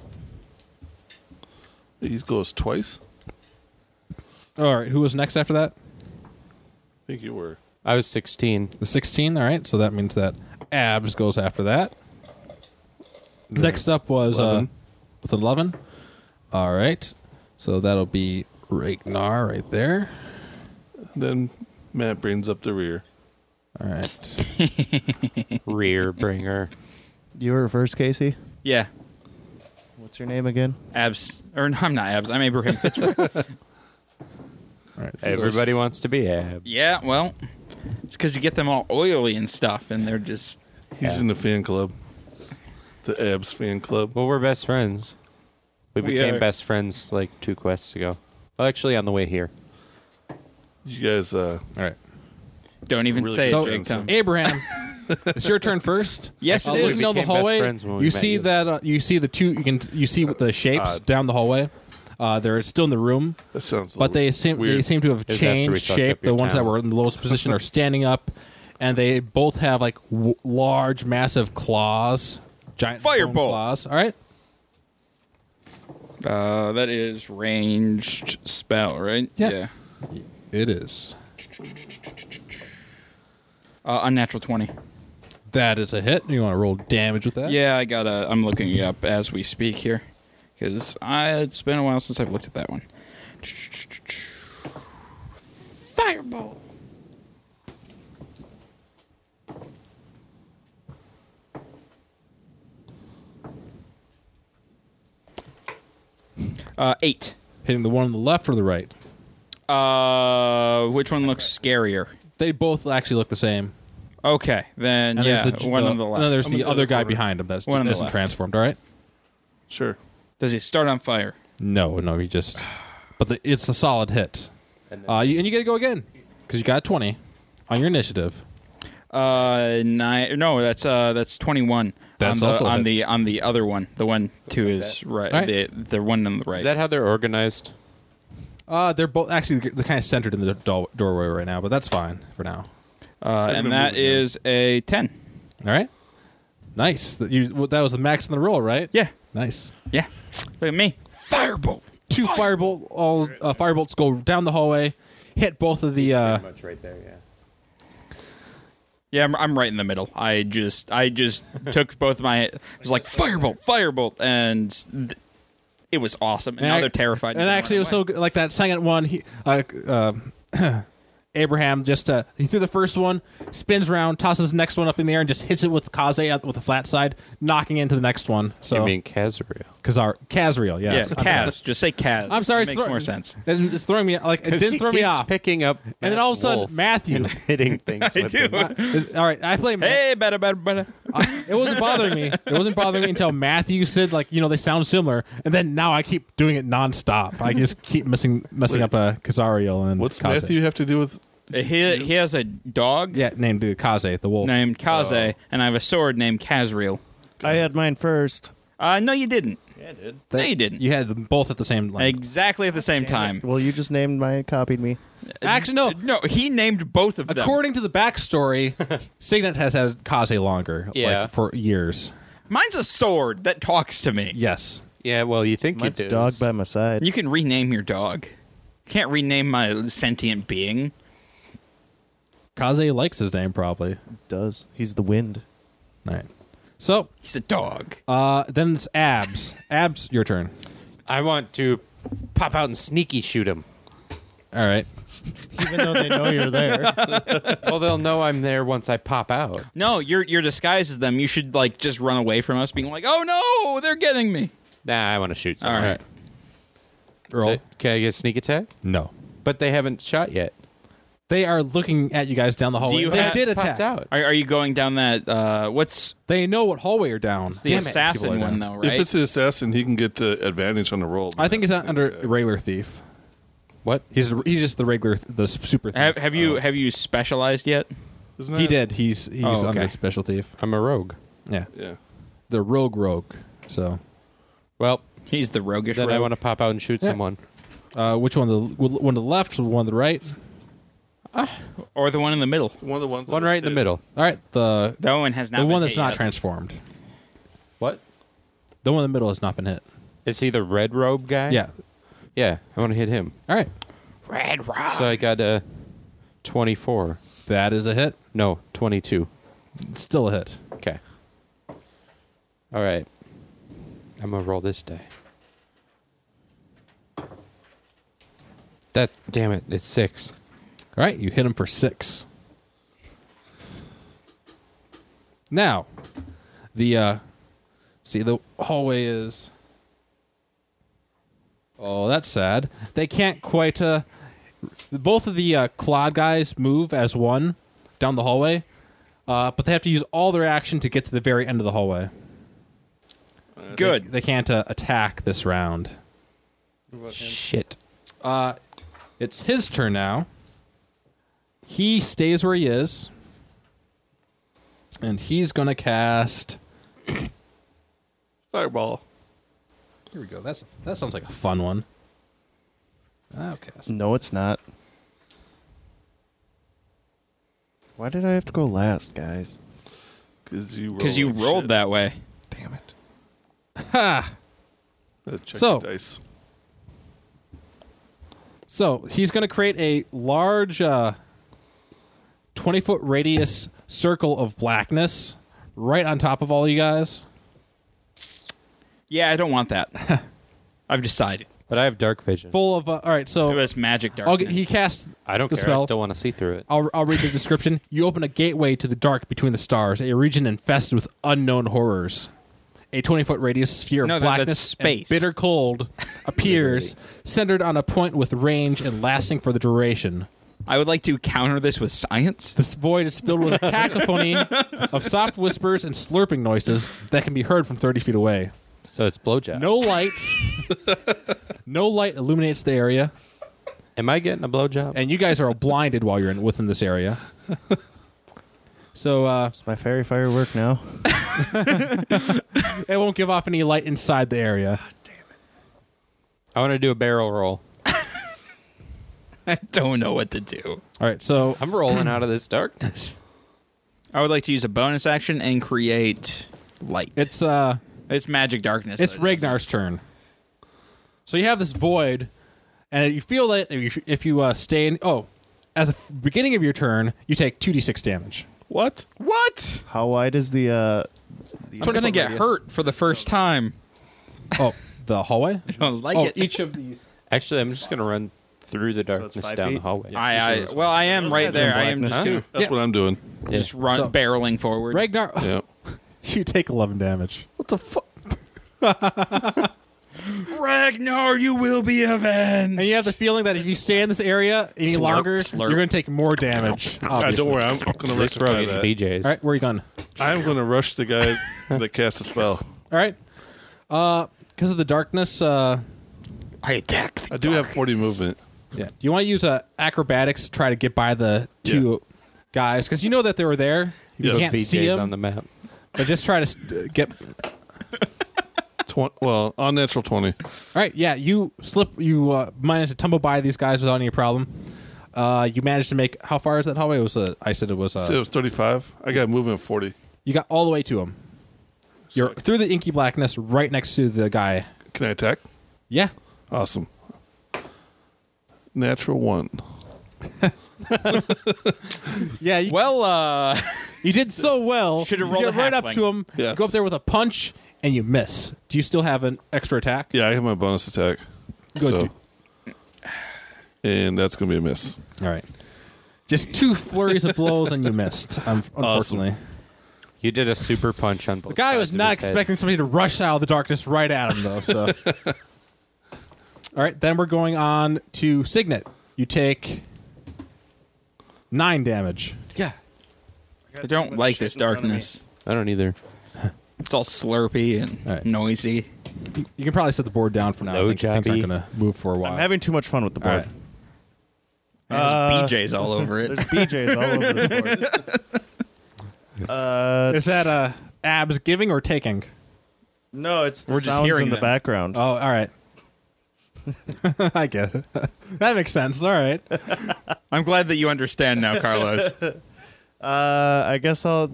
Speaker 4: He goes twice.
Speaker 1: All right, who was next after that?
Speaker 4: I think you were.
Speaker 3: I was 16.
Speaker 1: The 16. All right, so that means that abs goes after that. Next up was uh,
Speaker 4: Eleven.
Speaker 1: with 11. All right, so that'll be Ragnar right there.
Speaker 4: Then Matt brings up the rear.
Speaker 1: All right.
Speaker 3: [laughs] Rear bringer.
Speaker 5: You were first, Casey.
Speaker 2: Yeah.
Speaker 5: What's your name again?
Speaker 2: Abs. Or no, I'm not Abs. I'm
Speaker 1: [laughs]
Speaker 2: Abraham Fitzroy.
Speaker 1: All right. so-
Speaker 3: Everybody wants to be ab.
Speaker 2: yeah, well, it's because you get them all oily and stuff, and they're just.
Speaker 4: He's
Speaker 3: Yeah.
Speaker 4: in the fan club, the Abs fan club.
Speaker 3: Well, we're best friends. We
Speaker 4: We
Speaker 3: became
Speaker 4: are.
Speaker 3: best friends like two quests ago. Well, actually, on the way here.
Speaker 4: You guys, uh,
Speaker 1: All right.
Speaker 2: Don't even
Speaker 4: Really
Speaker 2: say
Speaker 1: So,
Speaker 2: it, Jake. Tom.
Speaker 1: Abraham, [laughs] it's your turn first.
Speaker 2: Yes, it
Speaker 1: uh,
Speaker 2: is.
Speaker 1: Looking
Speaker 2: We
Speaker 1: down the
Speaker 3: became best
Speaker 1: hallway,
Speaker 3: friends when we
Speaker 1: you
Speaker 3: met
Speaker 1: see
Speaker 3: you.
Speaker 1: that uh, you see the two. You can you see the shapes
Speaker 4: odd.
Speaker 1: down the hallway. Uh, they're still in the room,
Speaker 4: that sounds. a
Speaker 1: but they
Speaker 4: little
Speaker 1: seem
Speaker 4: weird.
Speaker 1: they seem to have
Speaker 3: was after we
Speaker 1: changed
Speaker 3: fucked
Speaker 1: shape.
Speaker 3: up
Speaker 1: The
Speaker 3: your
Speaker 1: ones that
Speaker 3: town.
Speaker 1: were in the lowest position are standing up, and they both have like w- large, massive claws, giant bone
Speaker 2: Fireball.
Speaker 1: claws. All right,
Speaker 2: Uh, that is ranged spell, right?
Speaker 1: Yeah. it is.
Speaker 2: Uh, unnatural 20.
Speaker 1: That is a hit. You want to roll damage with that?
Speaker 2: Yeah, I got to I'm looking it up as we speak here because it's been a while since I've looked at that one. Fireball. Uh, eight.
Speaker 1: hitting the one on the left or the right.
Speaker 2: Uh, which one looks scarier?
Speaker 1: They both actually look the same.
Speaker 2: Okay, then
Speaker 1: And
Speaker 2: yeah,
Speaker 1: there's the
Speaker 2: one
Speaker 1: the,
Speaker 2: on the
Speaker 1: And then
Speaker 2: left.
Speaker 1: there's
Speaker 4: I'm
Speaker 1: the
Speaker 4: gonna go
Speaker 1: other guy
Speaker 4: over.
Speaker 1: behind him that's
Speaker 2: One on the
Speaker 1: isn't
Speaker 2: left.
Speaker 1: transformed. All right.
Speaker 4: sure.
Speaker 2: Does he start on fire?
Speaker 1: No, no, he just. [sighs] But the, it's a solid hit. uh, you, and you got to go again because you got a twenty on your initiative.
Speaker 2: Uh, nine. No, that's uh, that's twenty-one.
Speaker 1: That's
Speaker 2: on the,
Speaker 1: also a
Speaker 2: on
Speaker 1: hit.
Speaker 2: the on the other one, the one to his right,
Speaker 1: All right.
Speaker 2: the the one on the right.
Speaker 3: Is that how they're organized?
Speaker 1: Uh, they're both actually they're kind of centered in the do- doorway right now, but that's fine for now.
Speaker 2: uh, and that is a ten.
Speaker 1: All right, nice. That you well, that was the max in the roll, right?
Speaker 2: Yeah,
Speaker 1: nice.
Speaker 2: yeah. Look at me, firebolt.
Speaker 1: Two firebolt all uh, firebolts go down the hallway, hit both of the. Uh,
Speaker 3: much right there, yeah.
Speaker 2: Yeah, I'm, I'm right in the middle. I just I
Speaker 3: [laughs]
Speaker 2: just took both my. It was like firebolt, firebolt, and th- it was awesome. And, now
Speaker 1: I-
Speaker 2: they're terrified.
Speaker 1: And
Speaker 2: They
Speaker 1: actually, it
Speaker 2: run
Speaker 1: was
Speaker 2: away.
Speaker 1: so good. Like that second one, he, uh, uh, [clears throat] Abraham just uh, he threw the first one, spins around, tosses the next one up in the air, and just hits it with Kaze out- with the flat side, knocking into the next one. So
Speaker 3: You mean Kazariel?
Speaker 1: Kazar Kazriel,
Speaker 2: Yeah,
Speaker 1: yes. [laughs] I'm sorry.
Speaker 2: Kaz. Just say Kaz.
Speaker 1: I'm sorry,
Speaker 2: It
Speaker 1: it's
Speaker 2: makes
Speaker 1: throw-
Speaker 2: more sense.
Speaker 1: It- It's throwing me
Speaker 3: [laughs]
Speaker 1: like [laughs] it didn't throw me off.
Speaker 3: Picking up,
Speaker 1: And then all of a sudden, Matthew. [laughs]
Speaker 3: hitting things. I
Speaker 2: do.
Speaker 1: All right, I play. Ma-
Speaker 2: Hey, better, better, better.
Speaker 1: I- it wasn't bothering me. It wasn't bothering me until Matthew said like you know they sound similar, and then now I keep doing it nonstop. I just keep messing messing up uh, Kazariel and
Speaker 4: What's
Speaker 1: Kaze.
Speaker 4: Matthew have to do with?
Speaker 2: Uh, He he has a dog
Speaker 1: Yeah, named uh, Kaze the wolf.
Speaker 2: named Kaze, and I have a sword named Kazriel.
Speaker 5: I had mine first.
Speaker 2: Uh, no, you didn't.
Speaker 1: That-
Speaker 2: No, you didn't.
Speaker 1: You had them both at the same length.
Speaker 2: Exactly at the same time.
Speaker 5: Well, you just named my copied me.
Speaker 1: Actually, no.
Speaker 2: No, he named both of them.
Speaker 1: According to the
Speaker 5: [laughs]
Speaker 1: backstory, Signet has had Kaze longer,
Speaker 3: Yeah.
Speaker 1: like for years.
Speaker 2: Mine's a sword that talks to me.
Speaker 1: Yes,
Speaker 3: Yeah, well, you think
Speaker 5: Mine's
Speaker 3: you do.
Speaker 5: dog by my side.
Speaker 2: You can rename your dog. You can't rename my sentient being.
Speaker 1: Kaze likes his name probably.
Speaker 5: does. He's the wind.
Speaker 1: All right. So
Speaker 2: He's a dog.
Speaker 1: uh, then it's abs. abs, your turn.
Speaker 3: I want to pop out and sneaky
Speaker 1: [laughs]
Speaker 3: shoot him.
Speaker 1: All right.
Speaker 5: Even though they know you're there.
Speaker 3: well, they'll know I'm there once I pop out.
Speaker 2: No, your your disguise is them. You should like just run away from us, being like, "Oh no, they're getting me."
Speaker 3: Nah, I want to shoot
Speaker 2: All
Speaker 3: someone.
Speaker 2: right.
Speaker 1: Earl.
Speaker 3: So, can I get a sneak attack?
Speaker 1: No.
Speaker 3: But they haven't shot yet.
Speaker 1: They are looking at you guys down the hallway.
Speaker 2: you
Speaker 1: they
Speaker 2: have-
Speaker 1: did
Speaker 3: Just
Speaker 1: attack.
Speaker 3: popped out.
Speaker 2: Are, are you going down that? Uh, what's
Speaker 1: They know what hallway you're down.
Speaker 2: the
Speaker 1: Damn it.
Speaker 2: assassin
Speaker 1: People are down.
Speaker 2: one though? Right.
Speaker 4: If it's the assassin, he can get the advantage on the roll.
Speaker 1: I think it's not under
Speaker 4: Sneak attack.
Speaker 1: regular thief.
Speaker 3: What?
Speaker 1: He's he's just the regular th- the super thief.
Speaker 2: have, have you have you specialized yet?
Speaker 4: Isn't
Speaker 1: he
Speaker 4: that-
Speaker 1: did. He's he's
Speaker 2: Oh, okay.
Speaker 1: under special thief.
Speaker 3: I'm a rogue.
Speaker 1: Yeah.
Speaker 4: Yeah.
Speaker 1: the rogue rogue. So,
Speaker 3: Well,
Speaker 2: He's the roguish.
Speaker 3: then I
Speaker 2: rogue.
Speaker 3: want to pop out and shoot
Speaker 1: Yeah.
Speaker 3: someone.
Speaker 1: uh, which one? The one to the left, one to the right.
Speaker 2: or the one in the middle.
Speaker 4: One of the ones.
Speaker 3: One
Speaker 4: that
Speaker 3: right in the
Speaker 4: stayed.
Speaker 3: middle.
Speaker 1: All right, the
Speaker 2: That one has not.
Speaker 1: the
Speaker 2: been
Speaker 1: one that's
Speaker 2: hit
Speaker 1: not
Speaker 2: yet.
Speaker 1: transformed.
Speaker 3: What?
Speaker 1: The one in the middle has not been hit.
Speaker 3: Is he the red robe guy?
Speaker 1: Yeah,
Speaker 3: Yeah, I want to hit him.
Speaker 1: All right.
Speaker 2: Red Rock.
Speaker 3: So I got a 24.
Speaker 1: That is a hit.
Speaker 3: No, 22.
Speaker 1: It's still a hit.
Speaker 3: Okay. All right. I'm going to roll this die. That, damn it, it's six.
Speaker 1: All right, you hit him for six. Now, the uh, see the hallway is. Oh, that's sad. They can't quite. Uh, both of the uh, Claude guys move as one down the hallway, uh, but they have to use all their action to get to the very end of the hallway.
Speaker 2: Good.
Speaker 1: They can't uh, attack this round.
Speaker 3: Shit.
Speaker 1: It's his turn now. He stays where he is. And he's going to cast.
Speaker 4: Fireball.
Speaker 1: Here we go. That's That sounds like a fun one. I'll cast.
Speaker 5: No, it's not. Why did I have to go last, guys?
Speaker 2: [laughs]
Speaker 4: Because you,
Speaker 2: Because you rolled that way.
Speaker 5: Damn it.
Speaker 4: that. Check
Speaker 1: So-
Speaker 4: so, dice.
Speaker 1: So he's going to create a large 20 foot radius circle of blackness right on top of all you guys.
Speaker 2: Yeah, I don't want that. I've decided.
Speaker 3: But I have dark vision.
Speaker 1: Full of. Uh, all right,
Speaker 2: It
Speaker 1: so.
Speaker 2: was magic
Speaker 1: I'll
Speaker 2: darkness.
Speaker 1: get, he casts
Speaker 3: I don't
Speaker 1: the
Speaker 3: care. I
Speaker 1: spell.
Speaker 3: still want to see through it.
Speaker 1: I'll, I'll read the description. You open a gateway to the dark between the stars, a region infested with unknown horrors. A 20 foot radius sphere of
Speaker 2: No, that- that's
Speaker 1: blackness and
Speaker 2: space.
Speaker 1: bitter
Speaker 2: [laughs]
Speaker 1: cold appears, centered on a point with range and lasting for the duration.
Speaker 2: I would like to counter this with science. [laughs]
Speaker 1: This void is filled with a cacophony of soft whispers and slurping noises that can be heard from 30 feet away.
Speaker 3: So it's blowjob.
Speaker 1: No
Speaker 2: [laughs]
Speaker 1: light. no light illuminates the area,
Speaker 3: Am I getting a blowjob?
Speaker 1: and you guys are blinded while you're in, within this area. So uh,
Speaker 5: Does my fairy fire work now?
Speaker 1: it won't give off any light inside the area.
Speaker 3: I want to do a barrel roll.
Speaker 2: I don't know what to do.
Speaker 1: All right, so
Speaker 3: I'm rolling out of this darkness.
Speaker 2: I would like to use a bonus action and create light.
Speaker 1: it's uh,
Speaker 2: it's magic darkness.
Speaker 1: it's
Speaker 2: though, it doesn't-
Speaker 1: Ragnar's turn. So you have this void, and you feel that if you, if you uh, stay in. Oh, at the f- beginning of your turn, you take two d six damage.
Speaker 4: What?
Speaker 2: [laughs] What?
Speaker 5: How wide is the uh
Speaker 2: I'm gonna
Speaker 1: 20-foot
Speaker 2: get
Speaker 1: radius.
Speaker 2: hurt for the first time.
Speaker 1: Oh, [laughs] the hallway.
Speaker 2: I don't like
Speaker 1: oh,
Speaker 2: it.
Speaker 1: each of these.
Speaker 3: [laughs] Actually, I'm just going to run through the darkness
Speaker 5: five
Speaker 3: down the
Speaker 5: feet?
Speaker 3: hallway.
Speaker 2: [laughs] I, I well, I am right
Speaker 5: guys are in
Speaker 2: there. I am
Speaker 5: blackness,
Speaker 2: just
Speaker 5: too.
Speaker 4: That's what I'm doing.
Speaker 3: Yeah.
Speaker 2: just run
Speaker 1: So-
Speaker 2: barreling forward.
Speaker 1: Ragnar, [laughs]
Speaker 4: Yeah.
Speaker 1: you take eleven damage.
Speaker 4: What the fuck?
Speaker 2: Ragnar, you will be avenged.
Speaker 1: And you have the feeling that if you stay in this area any
Speaker 2: Slurp,
Speaker 1: longer,
Speaker 2: slurp.
Speaker 1: you're going to take more
Speaker 2: [laughs]
Speaker 1: damage.
Speaker 4: Ah, don't
Speaker 1: obviously.
Speaker 4: worry. I'm gonna rush
Speaker 3: Let's
Speaker 4: the
Speaker 3: throw
Speaker 4: guy.
Speaker 3: it in
Speaker 4: That.
Speaker 3: BJ's.
Speaker 1: All right, where are you going?
Speaker 4: I'm gonna rush the guy that cast a spell.
Speaker 1: All right, because of the darkness. Uh,
Speaker 2: I attack.
Speaker 4: I do have 40 movement.
Speaker 1: Yeah. Do you want to use uh, acrobatics to try to get by the two guys? Because you know that they were there. You
Speaker 4: Yes.
Speaker 1: can't
Speaker 3: BJ's
Speaker 1: see them,
Speaker 3: on the map.
Speaker 1: but just try to s- uh, get. All
Speaker 4: Tw- well, on natural 20.
Speaker 1: right. Yeah. You slip. You uh, manage to tumble by these guys without any problem. Uh, you managed to make. How far is that hallway? It was uh, I said it was. Uh,
Speaker 4: So it was 35. I got movement of 40.
Speaker 1: you got all the way to him. You're through the inky blackness, right next to the guy.
Speaker 4: Can I attack?
Speaker 1: Yeah.
Speaker 4: Awesome. Natural one.
Speaker 1: Yeah. You,
Speaker 2: [laughs] Well, uh,
Speaker 1: you did so well.
Speaker 2: Should've
Speaker 1: You
Speaker 2: rolled
Speaker 1: get
Speaker 2: a
Speaker 1: right up
Speaker 2: halfling.
Speaker 1: to him. you
Speaker 4: Yes.
Speaker 1: Go up there with a punch, and you miss. Do you still have an extra attack?
Speaker 4: Yeah, I have my bonus attack.
Speaker 1: Good.
Speaker 4: So, and that's going to be a miss.
Speaker 1: All right. Just two flurries of blows and you missed. Um, unfortunately,
Speaker 3: You did a super punch on both.
Speaker 1: the guy was not expecting somebody to rush out of the darkness right at him, though. [laughs] So, all right, then we're going on to Signet. You take nine damage.
Speaker 2: yeah. I don't like this darkness.
Speaker 3: I don't either.
Speaker 2: It's all slurpy and
Speaker 1: All right.
Speaker 2: noisy.
Speaker 1: You can probably set the board down for now. I
Speaker 3: Low
Speaker 1: think things
Speaker 3: jobby.
Speaker 1: aren't going to move for a while.
Speaker 5: I'm having too much fun with the
Speaker 1: all
Speaker 5: board.
Speaker 1: right.
Speaker 2: There's
Speaker 1: Uh,
Speaker 2: BJ's all over it.
Speaker 5: There's BJ's all over the
Speaker 2: [laughs]
Speaker 5: board. Uh,
Speaker 1: Is that uh, abs giving or taking?
Speaker 5: no? It's the
Speaker 2: We're just
Speaker 5: sounds
Speaker 2: hearing
Speaker 5: in the
Speaker 2: them. Uh,
Speaker 5: background.
Speaker 1: Oh, all right. [laughs] I get it. [laughs] that makes sense. All right.
Speaker 2: I'm glad that you understand
Speaker 1: [laughs]
Speaker 2: now, Carlos.
Speaker 5: Uh, I guess I'll.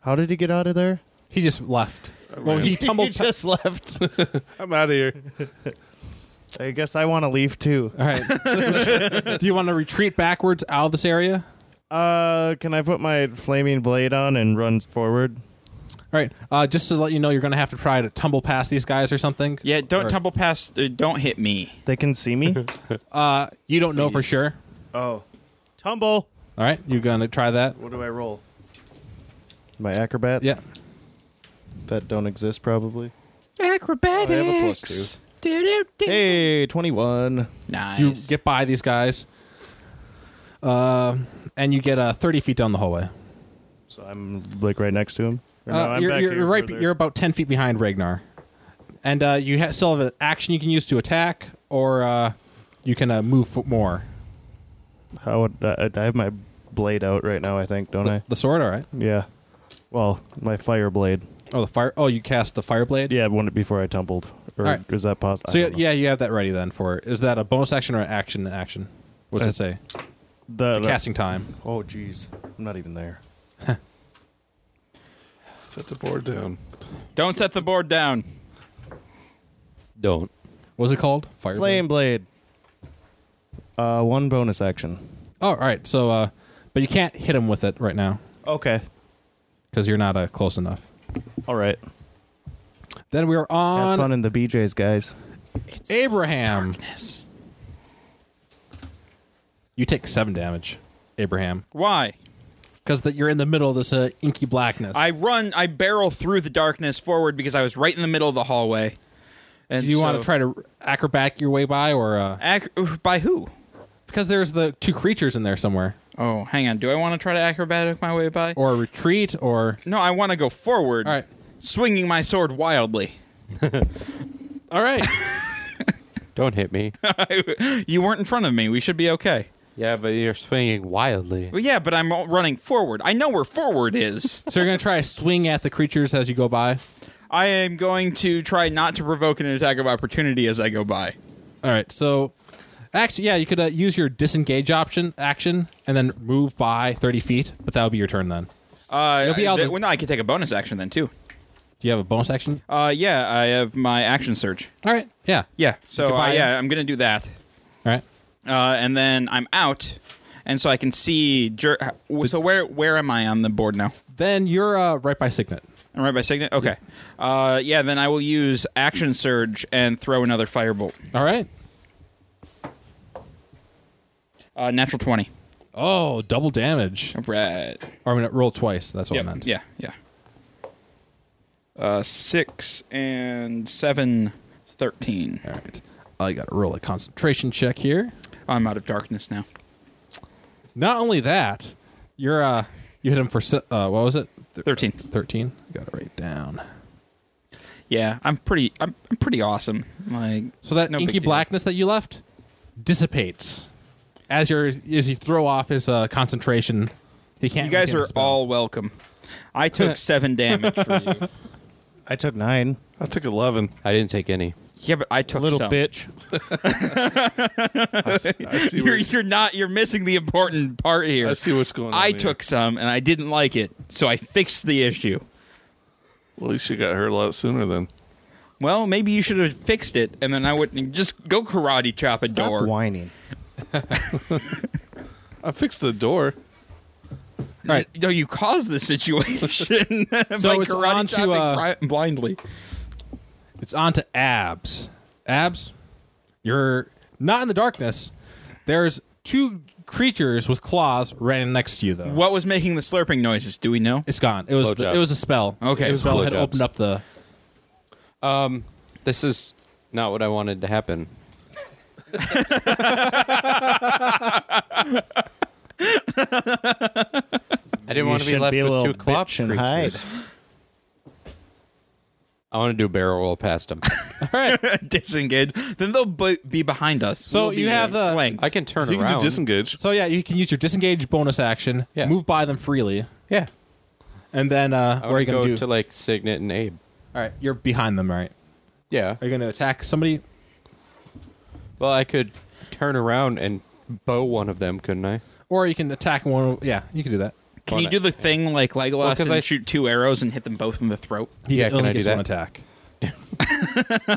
Speaker 5: How did he get out of there?
Speaker 1: He
Speaker 5: [laughs]
Speaker 1: just left. Well, he tumbled.
Speaker 5: just left.
Speaker 4: I'm out of here.
Speaker 5: I guess I want to leave too.
Speaker 1: All right. Do you want to retreat backwards out of this area?
Speaker 5: Uh, can I put my flaming blade on and run forward?
Speaker 1: All right. Uh, just to let you know, you're going to have to try to tumble past these guys or something.
Speaker 2: Yeah, don't
Speaker 1: Or-
Speaker 2: tumble past. Uh, don't hit me.
Speaker 5: They can
Speaker 1: [laughs]
Speaker 5: see me.
Speaker 1: Uh, you don't know for
Speaker 2: Please.
Speaker 1: sure.
Speaker 5: oh, tumble.
Speaker 1: All right. You're going to try that.
Speaker 5: What do I roll? My acrobats.
Speaker 1: Yeah.
Speaker 5: that don't exist probably.
Speaker 2: Acrobatics.
Speaker 4: I have a plus
Speaker 5: [laughs] Hey, twenty-one.
Speaker 2: Nice.
Speaker 1: You get by these guys, uh, and you get uh, 30 feet down the hallway.
Speaker 5: So I'm like right next to him. Or no,
Speaker 1: Uh,
Speaker 5: I'm
Speaker 1: you're,
Speaker 5: back
Speaker 1: you're
Speaker 5: here
Speaker 1: right.
Speaker 5: further.
Speaker 1: You're about ten feet behind Ragnar, and uh, you ha- still have an action you can use to attack, or uh, you can uh, move fo- more.
Speaker 5: How would I, I have my blade out right now? I think don't I?
Speaker 1: The sword, all right.
Speaker 5: Yeah. Well, my fire blade.
Speaker 1: Oh, the fire. Oh, you cast the fire blade.
Speaker 5: Yeah, one before I tumbled. Or
Speaker 1: Alright.
Speaker 5: is that possible?
Speaker 1: So yeah, yeah, you have that ready then. For is that a bonus action or an action? Action.
Speaker 2: Uh,
Speaker 1: What's it say?
Speaker 5: The, the-
Speaker 1: Casting time.
Speaker 5: Oh, jeez, I'm not even there.
Speaker 4: Set the board down.
Speaker 2: Don't set the board down.
Speaker 3: Don't.
Speaker 1: What's it called? Fire
Speaker 5: Flame
Speaker 1: Blade?
Speaker 5: blade. Uh, one bonus action.
Speaker 1: Oh, all right. So, uh, but you can't hit him with it right now
Speaker 5: Okay.
Speaker 1: because you're not uh, close enough.
Speaker 5: All right.
Speaker 1: Then we are
Speaker 5: Have fun
Speaker 1: on
Speaker 5: in the BJ's, guys.
Speaker 1: Abraham.
Speaker 2: Yes.
Speaker 1: You take seven damage, Abraham,
Speaker 2: Why?
Speaker 1: because that you're in the middle of this uh, inky blackness.
Speaker 2: I run. I barrel through the darkness forward because I was right in the middle of the hallway. And
Speaker 1: Do you
Speaker 2: so,
Speaker 1: want to try to acrobat your way by, or uh,
Speaker 2: Ac- by who?
Speaker 1: because there's the two creatures in there somewhere,
Speaker 2: Oh, hang on. Do I want to try to acrobatic my way by?
Speaker 1: or retreat, or
Speaker 2: no, I want to go forward.
Speaker 1: all right,
Speaker 2: Swinging my sword wildly.
Speaker 1: all right.
Speaker 3: Don't hit me.
Speaker 2: you weren't in front of me. We should be okay.
Speaker 3: yeah, but you're swinging wildly.
Speaker 2: Well, yeah, but I'm all running forward. I know where forward is.
Speaker 1: [laughs] so you're gonna try to swing at the creatures as you go by.
Speaker 2: I am going to try not to provoke an attack of opportunity as I go by.
Speaker 1: All right, so actually, yeah, you could uh, use your disengage option action and then move by 30 feet, but that would be your turn then.
Speaker 2: Uh,
Speaker 1: You'll be out
Speaker 2: I,
Speaker 1: the-
Speaker 2: well, no, I could take a bonus action then too.
Speaker 1: Do you have a bonus action?
Speaker 2: Uh, yeah, I have my action surge.
Speaker 1: All right, yeah,
Speaker 2: Yeah, so uh,
Speaker 1: Goodbye.
Speaker 2: yeah, I'm gonna do that,
Speaker 1: all right.
Speaker 2: uh, and then I'm out, and so I can see. Jer- so where where am I on the board now?
Speaker 1: Then you're uh, right by Signet.
Speaker 2: I'm right by signet. Okay, uh, yeah, then I will use action surge and throw another firebolt.
Speaker 1: All right.
Speaker 2: Uh, natural twenty.
Speaker 1: Oh, double damage.
Speaker 2: All right.
Speaker 1: Or I'm gonna roll twice. That's what
Speaker 2: Yep,
Speaker 1: I meant.
Speaker 2: Yeah, yeah. Uh, six and seven, 13.
Speaker 1: All right. I got to roll a concentration check here.
Speaker 2: I'm out of darkness now.
Speaker 1: Not only that, you're uh you hit him for si- uh what was it?
Speaker 2: 13.
Speaker 1: Thirteen. Got it right down.
Speaker 2: Yeah, I'm pretty. I'm, I'm pretty awesome. Like
Speaker 1: So that
Speaker 2: no big
Speaker 1: inky
Speaker 2: deal.
Speaker 1: blackness that you left dissipates as your as you throw off his uh, concentration. He can't. he
Speaker 2: You guys
Speaker 1: can't
Speaker 2: are
Speaker 1: spell.
Speaker 2: all welcome. I [laughs] took seven damage for you.
Speaker 5: I took nine.
Speaker 4: I
Speaker 2: [laughs]
Speaker 4: took 11.
Speaker 3: I didn't take any.
Speaker 2: Yeah, but I took
Speaker 5: Little
Speaker 2: some.
Speaker 5: bitch.
Speaker 4: I see,
Speaker 2: You're
Speaker 4: what-
Speaker 2: you're not. You're missing the important part here.
Speaker 4: I see what's going on.
Speaker 2: I
Speaker 4: here.
Speaker 2: took some and I didn't like it, so I fixed the issue.
Speaker 4: Well, at least you got hurt a lot sooner then.
Speaker 2: Well, maybe you should have fixed it, and then I wouldn't just go karate chop a
Speaker 5: Stop
Speaker 2: door.
Speaker 5: whining.
Speaker 4: I fixed the door.
Speaker 1: All right.
Speaker 2: No, you caused the situation [laughs] by
Speaker 1: it's
Speaker 2: karate
Speaker 1: on to,
Speaker 2: chopping
Speaker 1: uh,
Speaker 2: bri- blindly.
Speaker 1: It's on to abs. Abs. You're not in the darkness. There's two creatures with claws right next to you though.
Speaker 2: What was making the slurping noises? Do we know?
Speaker 1: It's gone. It was
Speaker 3: Blowjob.
Speaker 1: it was a spell.
Speaker 2: Okay,
Speaker 1: It was a spell had
Speaker 3: blowjobs.
Speaker 1: opened up the
Speaker 3: Um, This is not what I wanted to
Speaker 5: [laughs]
Speaker 3: happen. I didn't
Speaker 5: You
Speaker 3: want to be
Speaker 5: should
Speaker 3: left
Speaker 5: be a
Speaker 3: with
Speaker 5: little
Speaker 3: two clop
Speaker 5: bitch and
Speaker 3: creatures.
Speaker 5: hide.
Speaker 3: I want to do a barrel roll past [laughs] them.
Speaker 2: [laughs] Disengage. Then they'll b- be behind us.
Speaker 1: So
Speaker 2: We'll be,
Speaker 1: you have
Speaker 2: uh,
Speaker 1: the-
Speaker 2: flanked.
Speaker 3: I can turn
Speaker 4: You can
Speaker 3: around.
Speaker 4: do disengage.
Speaker 1: So yeah, you can use your disengage bonus action,
Speaker 3: Yeah.
Speaker 1: move by them freely,
Speaker 3: Yeah,
Speaker 1: and then uh, what
Speaker 3: I
Speaker 1: are you
Speaker 3: want to
Speaker 1: gonna
Speaker 3: go
Speaker 1: do?
Speaker 3: to like Signet and Abe.
Speaker 1: All right, you're behind them, right?
Speaker 3: Yeah.
Speaker 1: Are you gonna attack somebody?
Speaker 3: Well, I could turn around and bow one of them, couldn't I?
Speaker 1: Or you can attack one. Yeah, you can do that.
Speaker 2: can you do the thing like Legolas
Speaker 3: Well, 'cause
Speaker 2: and
Speaker 3: I-
Speaker 2: shoot two arrows and hit them both in the throat?
Speaker 1: He
Speaker 3: Yeah,
Speaker 1: can
Speaker 3: can
Speaker 1: only
Speaker 3: I do
Speaker 1: gets
Speaker 3: that?
Speaker 1: one attack.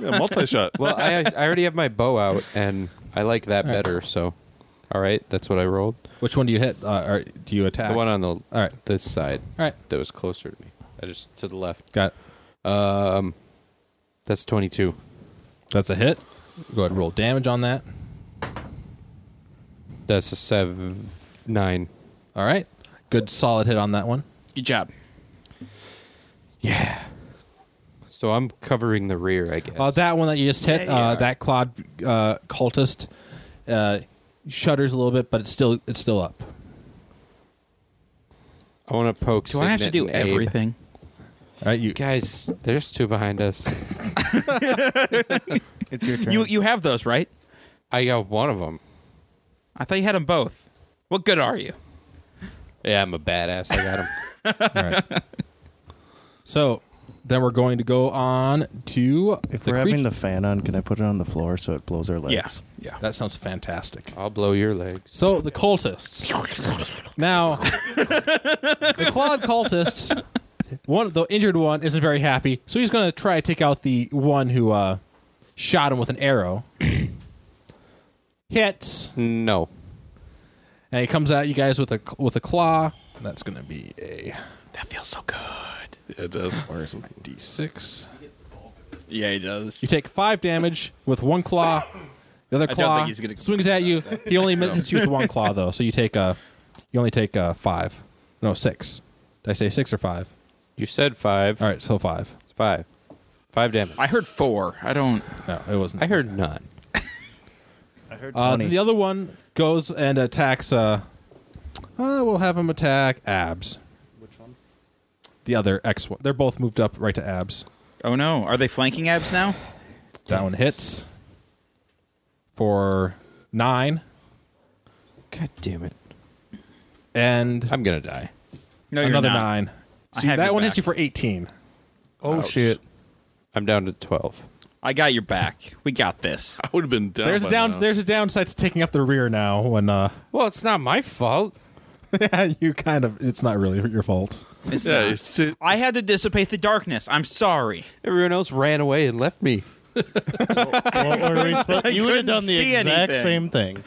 Speaker 4: Yeah, multi shot.
Speaker 3: Well, I I already have my bow out, and I like that
Speaker 1: All right.
Speaker 3: better. So, all right, that's what I rolled.
Speaker 1: Which one do you hit? Uh, or do you attack?
Speaker 3: The one on the all
Speaker 1: right.
Speaker 3: this side
Speaker 1: All right.
Speaker 3: that was closer to me. I just to the left.
Speaker 1: Got.
Speaker 3: Um, that's twenty two.
Speaker 1: That's a hit. Go ahead and roll damage on that.
Speaker 3: That's a seven nine.
Speaker 1: All right. Good solid hit on that one.
Speaker 2: Good job.
Speaker 3: Yeah. So I'm covering the rear, I guess.
Speaker 1: Uh, that one that you just hit, uh, that cloud uh, cultist uh, shudders a little bit, but it's still it's still up.
Speaker 3: I want to poke.
Speaker 2: Do I have to
Speaker 3: Signet
Speaker 2: do
Speaker 3: and Abe.
Speaker 2: everything?
Speaker 1: All right, you
Speaker 3: guys? There's two behind us.
Speaker 5: [laughs]
Speaker 3: [laughs]
Speaker 5: It's your turn.
Speaker 2: You you have those right?
Speaker 3: I got one of them.
Speaker 2: I thought you had them both. What good are you?
Speaker 3: Yeah, I'm a badass. I
Speaker 2: [laughs]
Speaker 3: got him.
Speaker 1: All right. So then we're going to go on to
Speaker 5: if
Speaker 1: the
Speaker 5: we're
Speaker 1: creat-
Speaker 5: having the fan on, can I put it on the floor so it blows our legs?
Speaker 2: Yeah. yeah.
Speaker 1: That sounds fantastic.
Speaker 3: I'll blow your legs.
Speaker 1: So the cultists. Now, the clawed cultists. One, the injured one isn't very happy, so he's going to try to take out the one who uh, shot him with an arrow. Hits,
Speaker 3: No.
Speaker 1: and he comes at you guys with a with a claw. That's going to be a
Speaker 2: That feels so good.
Speaker 4: Yeah, it does.
Speaker 1: where's my d6.
Speaker 2: Yeah, he does.
Speaker 1: You take five damage with one claw. The other
Speaker 2: don't
Speaker 1: claw
Speaker 2: think he's gonna
Speaker 1: swings at you. He only hits you with one claw though, so you take uh, you only take uh, five, no six. Did I say six or five?
Speaker 3: You said five.
Speaker 1: All right, so five.
Speaker 3: Five. Five damage.
Speaker 2: I heard four. I don't.
Speaker 1: No, it wasn't.
Speaker 3: I heard none.
Speaker 5: I heard
Speaker 1: Uh,
Speaker 5: 20.
Speaker 1: then
Speaker 5: [laughs]
Speaker 1: the other one goes and attacks. Uh, uh, we'll have him attack abs.
Speaker 5: Which one?
Speaker 1: The other X one. They're both moved up right to abs.
Speaker 2: Oh no. Are they flanking abs now?
Speaker 1: That one hits for nine,
Speaker 3: God damn it.
Speaker 1: and
Speaker 3: I'm gonna die.
Speaker 2: No, you're
Speaker 1: another
Speaker 2: not.
Speaker 1: nine.
Speaker 2: I
Speaker 1: See,
Speaker 2: have
Speaker 1: that
Speaker 2: your
Speaker 1: one
Speaker 2: back.
Speaker 1: hits you for eighteen.
Speaker 3: Oh shit. I'm down to twelve.
Speaker 2: I got your back. We got
Speaker 4: [laughs]
Speaker 2: this.
Speaker 4: I would have been down.
Speaker 1: There's
Speaker 4: by
Speaker 1: a down.
Speaker 4: now.
Speaker 1: There's a downside to taking up the rear now. When uh, [laughs]
Speaker 3: Well, it's not my fault.
Speaker 1: you kind of, it's not really your fault.
Speaker 2: It's
Speaker 4: Yeah,
Speaker 2: not.
Speaker 4: it's it.
Speaker 2: I had to dissipate the darkness. I'm sorry.
Speaker 3: Everyone else ran away and left me.
Speaker 5: Well, were we supposed-
Speaker 2: I
Speaker 5: you would
Speaker 2: couldn't
Speaker 5: have done the
Speaker 2: see
Speaker 5: exact
Speaker 2: anything.
Speaker 5: same thing.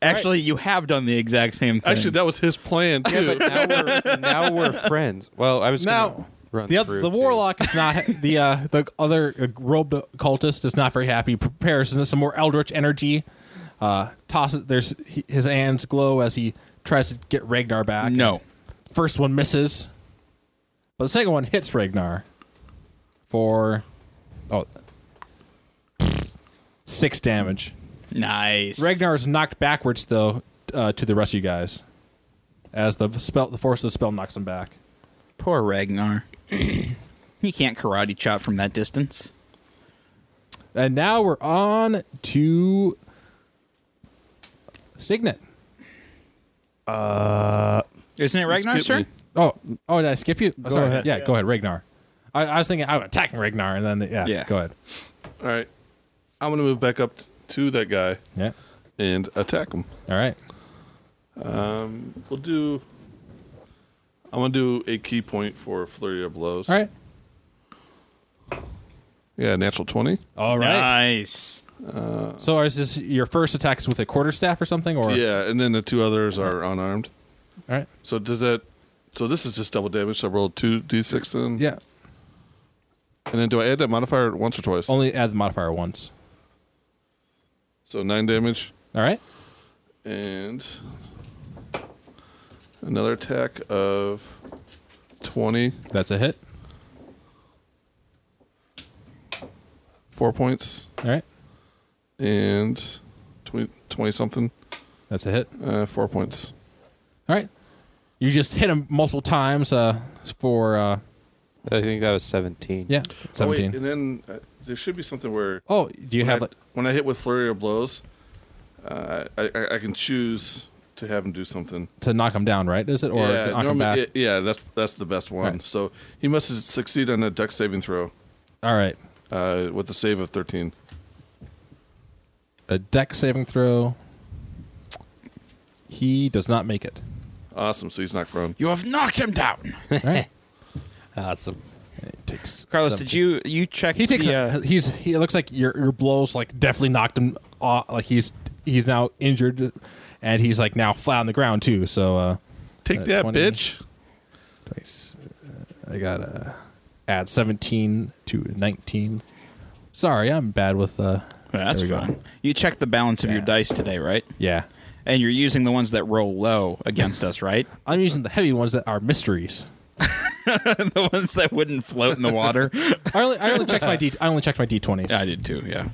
Speaker 2: Actually, you have done the exact same thing.
Speaker 4: Actually, that was his plan too.
Speaker 3: Now [laughs] we're, now we're friends. Well, I was
Speaker 1: Now
Speaker 3: gonna run
Speaker 1: the
Speaker 3: through,
Speaker 1: oth- the
Speaker 3: too.
Speaker 1: warlock is not the uh, the other uh, robe cultist is not very happy. Prepares some more eldritch energy. Uh, tosses. There's he- his hands glow as he tries to get Ragnar back.
Speaker 2: no.
Speaker 1: First one misses, but the second one hits Ragnar for oh six damage.
Speaker 2: Nice.
Speaker 1: Ragnar is knocked backwards though uh, to the rest of you guys, as the spell, the force of the spell knocks him back.
Speaker 2: Poor Ragnar. [clears throat] he can't karate chop from that distance.
Speaker 1: And now we're on to Signet.
Speaker 2: Isn't it Ragnar's
Speaker 4: skipped
Speaker 2: turn?
Speaker 4: me.
Speaker 1: Oh, oh, did I skip you? Oh, sorry.
Speaker 5: ahead.
Speaker 1: Yeah, go ahead, Ragnar. I, I was thinking I'm attacking Ragnar, and then yeah,
Speaker 2: Yeah.
Speaker 1: go ahead.
Speaker 4: All right, I'm gonna move back up t- to that guy
Speaker 1: Yeah,
Speaker 4: and attack him.
Speaker 1: all right.
Speaker 4: We'll do. I'm gonna do a key point for flurry of blows.
Speaker 1: All right.
Speaker 4: Yeah, natural twenty.
Speaker 1: All right.
Speaker 2: Nice.
Speaker 1: so is this your first attack is with a quarter staff or something? Or
Speaker 4: Yeah, and then the two others are unarmed.
Speaker 1: all right.
Speaker 4: So does that? So this is just double damage. So I rolled two d6 then.
Speaker 1: Yeah.
Speaker 4: And then do I add that modifier once or twice?
Speaker 1: Only add the modifier once.
Speaker 4: So nine damage
Speaker 1: All right.
Speaker 4: and another attack of twenty.
Speaker 1: That's a hit.
Speaker 4: Four points
Speaker 1: All right.
Speaker 4: and 20, 20 something.
Speaker 1: That's a hit.
Speaker 4: Uh, four points.
Speaker 1: All right. You just hit him multiple times uh, for uh,
Speaker 3: I think that was seventeen.
Speaker 1: yeah
Speaker 4: Oh, wait,
Speaker 1: seventeen.
Speaker 4: and then uh, there should be something where
Speaker 1: Oh, do you
Speaker 4: when,
Speaker 1: have
Speaker 4: I,
Speaker 1: like,
Speaker 4: when I hit with flurry of blows, uh, I, I I can choose to have him do something.
Speaker 1: to knock him down? Right? Is it or knock
Speaker 4: yeah,
Speaker 1: him
Speaker 4: normally-
Speaker 1: back?
Speaker 4: yeah, yeah, that's that's the best one.
Speaker 1: Right.
Speaker 4: So he must succeed on a duck saving throw
Speaker 1: All right.
Speaker 4: uh, with a save of thirteen.
Speaker 1: a deck saving throw. He does not make it.
Speaker 4: Awesome. So he's not grown. [laughs]
Speaker 2: You have knocked him down.
Speaker 1: All right.
Speaker 3: Awesome.
Speaker 1: takes
Speaker 2: Carlos,
Speaker 1: 17.
Speaker 2: did you you check?
Speaker 1: He takes.
Speaker 2: the,
Speaker 3: uh,
Speaker 1: a, he's. He it looks like your your blows like definitely knocked him off. Like he's he's now injured, and he's like now flat on the ground too. So uh,
Speaker 4: Take
Speaker 1: Uh,
Speaker 4: that,
Speaker 1: 20.
Speaker 4: bitch.
Speaker 1: twice. I got to add seventeen to nineteen. Sorry, I'm bad with. Uh,
Speaker 2: that's
Speaker 1: there we go.
Speaker 2: fine. You checked the balance of your dice today, right?
Speaker 1: Yeah,
Speaker 2: And you're using the ones that roll low against us, right? [laughs]
Speaker 1: I'm using the heavy ones that are mysteries.
Speaker 2: the ones that wouldn't float in
Speaker 1: [laughs]
Speaker 2: the water.
Speaker 1: I only I only checked my d I only checked my d20s.
Speaker 2: I did too. Yeah.
Speaker 1: All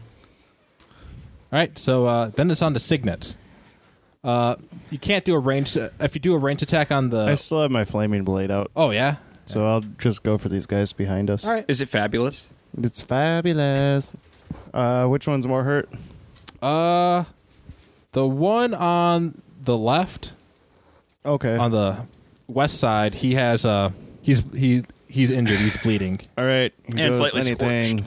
Speaker 1: right, so uh, then it's on to Signet. Uh, you can't do a range. If you do a range attack on the.
Speaker 5: I still have my flaming blade out,
Speaker 1: oh, yeah?
Speaker 5: so I'll just go for these guys behind us.
Speaker 1: All right.
Speaker 2: Is it fabulous?
Speaker 5: It's fabulous. Uh, which one's more hurt?
Speaker 1: Uh, the one on the left,
Speaker 5: Okay.
Speaker 1: on the west side, he has. Uh, he's he he's injured. He's bleeding.
Speaker 5: All right. here
Speaker 2: And
Speaker 5: goes
Speaker 2: slightly
Speaker 5: anything.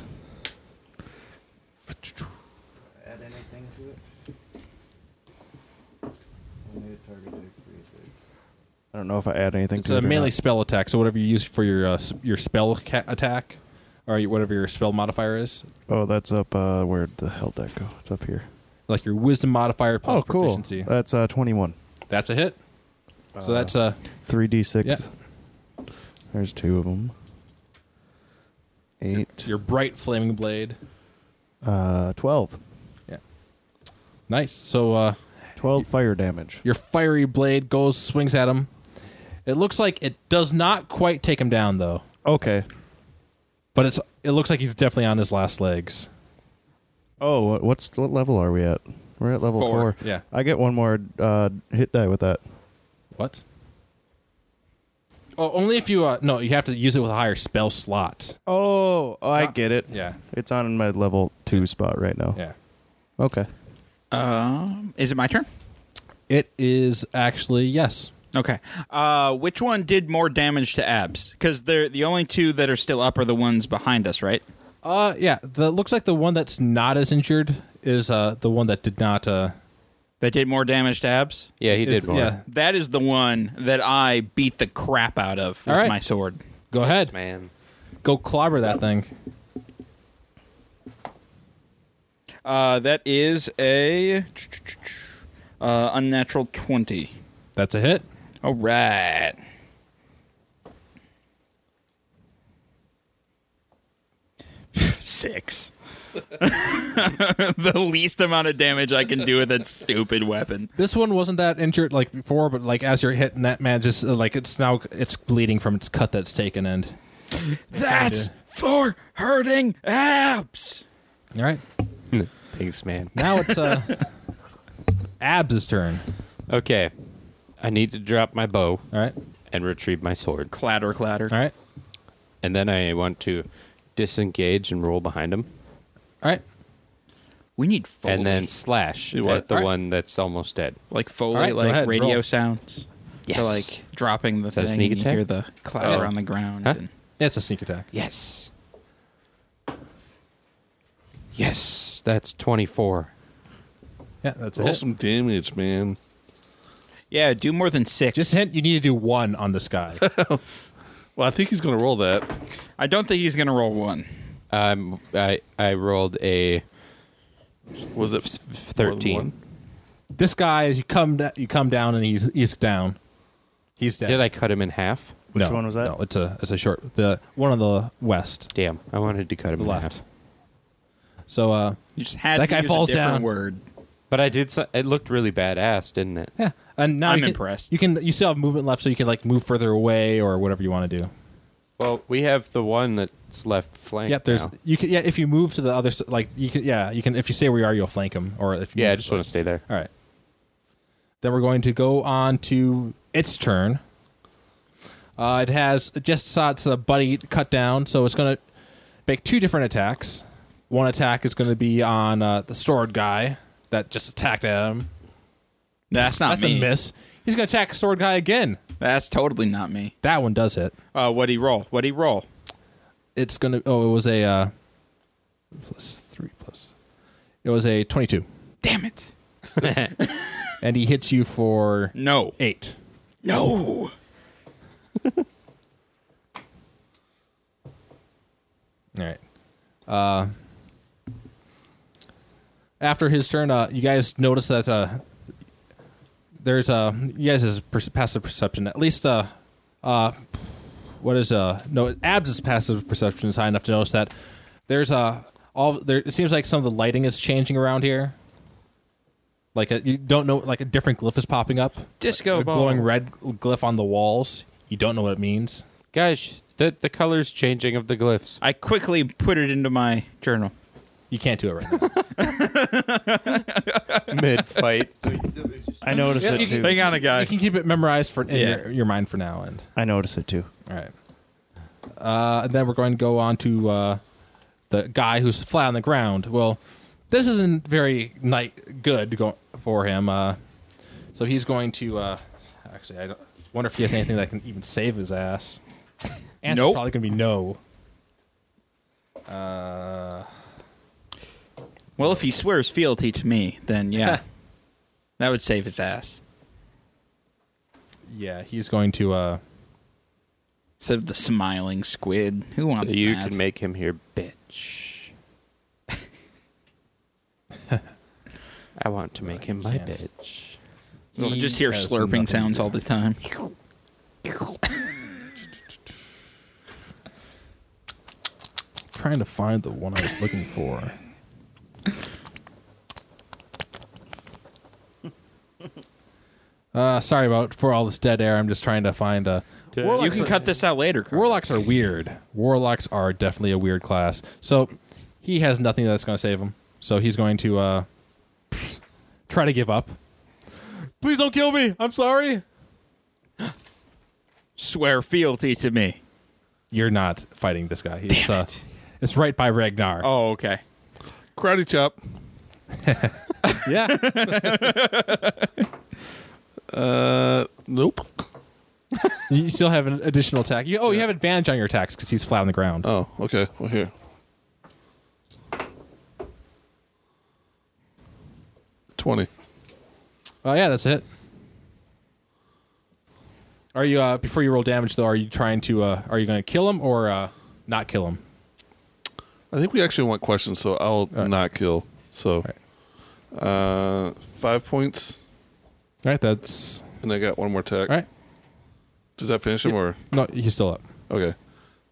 Speaker 5: Add anything to it? I don't know if I add anything
Speaker 1: It's
Speaker 5: to it.
Speaker 1: a
Speaker 5: or
Speaker 1: melee
Speaker 5: not.
Speaker 1: spell attack. So whatever you use for your uh, s- your spell ca- attack, or your- whatever your spell modifier is,
Speaker 5: Oh, that's up. Uh, where the hell did that go? It's up here.
Speaker 1: like your wisdom modifier plus
Speaker 5: oh, cool.
Speaker 1: proficiency.
Speaker 5: That's uh, 21.
Speaker 1: That's a hit. So that's uh
Speaker 5: 3d6.
Speaker 1: Yeah.
Speaker 5: There's two of them. Eight.
Speaker 1: your bright flaming blade.
Speaker 5: Uh, 12.
Speaker 1: Yeah. Nice. So uh
Speaker 5: 12 fire damage.
Speaker 1: your fiery blade goes swings at him. It looks like it does not quite take him down though.
Speaker 5: Okay.
Speaker 1: But it's it looks like he's definitely on his last legs.
Speaker 5: Oh, what- what's what level are we at? We're at level
Speaker 2: Four.
Speaker 5: four.
Speaker 1: Yeah.
Speaker 5: I get one more uh, hit die with that.
Speaker 1: What? Oh, only if you uh no, you have to use it with a higher spell slot.
Speaker 5: Oh, oh I get it.
Speaker 1: Yeah.
Speaker 5: It's on my level two spot right now.
Speaker 1: Yeah. [laughs]
Speaker 5: Okay.
Speaker 2: Um, is it my turn?
Speaker 1: It is actually yes.
Speaker 2: Okay. Uh, which one did more damage to abs? Because they're the only two that are still up are the ones behind us, right?
Speaker 1: Uh yeah, the looks like the one that's not as injured is uh the one that did not uh
Speaker 2: That did more damage to abs.
Speaker 3: Yeah, he
Speaker 1: is-
Speaker 3: did more.
Speaker 1: Yeah.
Speaker 2: That is the one that I beat the crap out of with
Speaker 1: All right.
Speaker 2: my sword.
Speaker 1: Go ahead.
Speaker 3: man.
Speaker 1: Go clobber that thing.
Speaker 2: Uh, that is a uh, unnatural twenty.
Speaker 1: That's a hit.
Speaker 2: All right. [sighs] Six. [laughs] the least amount of damage I can do with that stupid weapon.
Speaker 1: This one wasn't that injured like before, but like as you're hitting that man, just uh, like it's now it's bleeding from its cut that's taken. And
Speaker 2: That's
Speaker 1: Kinda.
Speaker 2: for hurting abs.
Speaker 1: all right,
Speaker 3: Thanks, man.
Speaker 1: now it's uh, Abs' turn.
Speaker 3: Okay. I need to drop my bow
Speaker 1: All right,
Speaker 3: and retrieve my sword.
Speaker 2: Clatter, clatter.
Speaker 1: all right,
Speaker 3: And then I want to disengage and roll behind him.
Speaker 1: all right,
Speaker 2: We need Foley.
Speaker 3: And then slash
Speaker 2: Do what?
Speaker 3: at the
Speaker 2: Alright.
Speaker 3: one that's almost dead.
Speaker 2: like Foley,
Speaker 1: All right, go
Speaker 2: like
Speaker 1: ahead,
Speaker 2: radio
Speaker 1: roll.
Speaker 2: sounds.
Speaker 3: Yes.
Speaker 2: They're like dropping the
Speaker 3: that a
Speaker 2: thing.
Speaker 3: sneak
Speaker 2: and you
Speaker 3: attack?
Speaker 2: hear the clatter
Speaker 3: Oh.
Speaker 2: on the ground.
Speaker 3: Huh?
Speaker 2: And
Speaker 1: it's a sneak attack.
Speaker 3: Yes. Yes, that's 24.
Speaker 1: Yeah, that's a
Speaker 4: Roll
Speaker 1: hit.
Speaker 4: some damage, man.
Speaker 2: yeah, do more than six.
Speaker 1: Just a hint. You need to do one on this guy.
Speaker 4: Well, I think he's going to roll that.
Speaker 2: I don't think he's gonna roll one.
Speaker 3: Um, I I rolled a
Speaker 4: Was it more than
Speaker 3: 13.
Speaker 4: one?
Speaker 1: this guy, as you come, da- you come down, and he's he's down. He's dead.
Speaker 3: Did I cut him in half?
Speaker 5: Which
Speaker 1: No,
Speaker 5: one was that?
Speaker 1: No, it's a it's a short the one on the west,
Speaker 3: Damn, I wanted to cut him
Speaker 1: the
Speaker 3: in
Speaker 1: left.
Speaker 3: half.
Speaker 1: So uh,
Speaker 2: You just had
Speaker 1: That
Speaker 2: to
Speaker 1: guy
Speaker 2: use
Speaker 1: falls
Speaker 2: a different
Speaker 1: down.
Speaker 2: Word.
Speaker 3: But I did. So, it looked really badass, didn't it?
Speaker 1: Yeah, and now
Speaker 2: I'm
Speaker 1: you can-
Speaker 2: impressed.
Speaker 1: You can you still have movement left, so you can like move further away or whatever you want to do.
Speaker 3: Well, we have the one that's left flank.
Speaker 1: Yep, there's
Speaker 3: now.
Speaker 1: you can yeah if you move to the other s- like you can yeah you can if you say where you are you'll flank him or if you
Speaker 3: Yeah, I
Speaker 1: move
Speaker 3: just
Speaker 1: this way.
Speaker 3: want to stay there.
Speaker 1: all right. Then we're going to go on to its turn. Uh, it has it just saw its uh, buddy cut down, so it's going to make two different attacks. One attack is going to be on uh, the sword guy that just attacked at him.
Speaker 2: That's not
Speaker 1: That's
Speaker 2: me.
Speaker 1: a miss. He's going to attack sword guy again.
Speaker 2: That's totally not me.
Speaker 1: That one does hit.
Speaker 2: Uh, what he roll? What he roll?
Speaker 1: it's gonna oh it was a uh, plus three plus it was a 22
Speaker 2: Damn it!
Speaker 1: and he hits you for
Speaker 2: No,
Speaker 1: eight
Speaker 2: no.
Speaker 1: All right. Uh, after his turn, uh, you guys notice that uh, there's a you guys' per- passive perception. At least, uh, uh, what is uh no Abs' passive perception is high enough to notice that there's uh all there. It seems like some of the lighting is changing around here. Like a, you don't know, like a different glyph is popping up.
Speaker 2: Disco
Speaker 1: a
Speaker 2: ball.
Speaker 1: glowing red glyph on the walls. You don't know what it means.
Speaker 3: Guys, the the colors changing of the glyphs.
Speaker 2: I quickly put it into my journal.
Speaker 1: You can't do it right now.
Speaker 3: Mid fight.
Speaker 5: I notice it too.
Speaker 2: Hang on a guy.
Speaker 1: you can keep it memorized for in
Speaker 2: Uh, Yeah.
Speaker 1: your, your mind for now. And
Speaker 5: I notice it too.
Speaker 1: all right, uh, and then we're going to go on to uh, the guy who's flat on the ground. Well, this isn't very night good go- for him. Uh, so he's going to uh, actually. I don't, wonder if he has anything that can even save his ass. Answer's
Speaker 2: Nope.
Speaker 1: probably gonna be no. Uh,
Speaker 2: Well, if he swears fealty to me, then [laughs] yeah, that would save his ass.
Speaker 1: yeah, he's going to. Uh,
Speaker 2: Instead of the smiling squid, who
Speaker 3: So
Speaker 2: wants
Speaker 3: you
Speaker 2: that?
Speaker 3: can make him hear
Speaker 1: [laughs]
Speaker 3: bitch. I want to make him my
Speaker 1: can't.
Speaker 3: bitch.
Speaker 2: Well,
Speaker 1: he
Speaker 2: just hear
Speaker 1: has
Speaker 2: slurping
Speaker 1: nothing.
Speaker 2: sounds all the time.
Speaker 1: trying to find the one I was looking for. Uh, sorry about for all this dead air. I'm just trying to find a.
Speaker 2: you can cut this out later. Carl.
Speaker 1: Warlocks are weird. Warlocks are definitely a weird class. So he has nothing that's going to save him. So he's going to uh, try to give up. Please don't kill me. I'm sorry.
Speaker 2: swear fealty to me.
Speaker 1: You're not fighting this guy. It's,
Speaker 2: Damn
Speaker 1: uh,
Speaker 2: it.
Speaker 1: it's right by Ragnar.
Speaker 2: Oh, okay.
Speaker 4: Karate chop.
Speaker 1: yeah.
Speaker 4: Uh, nope.
Speaker 1: You still have an additional attack. You, oh, you have advantage on your attacks because he's flat on the ground.
Speaker 4: Oh, okay. Well, here. Twenty.
Speaker 1: Oh, yeah, that's a hit. Are you uh, before you roll damage though? Are you trying to? Uh, are you going to kill him or uh, not kill him?
Speaker 4: I think we actually want questions, so I'll not kill. So, uh, five points,
Speaker 1: All right, that's
Speaker 4: and I got one more attack.
Speaker 1: all right.
Speaker 4: Does that finish him or
Speaker 5: Uh,
Speaker 1: No, he's still up.
Speaker 4: okay?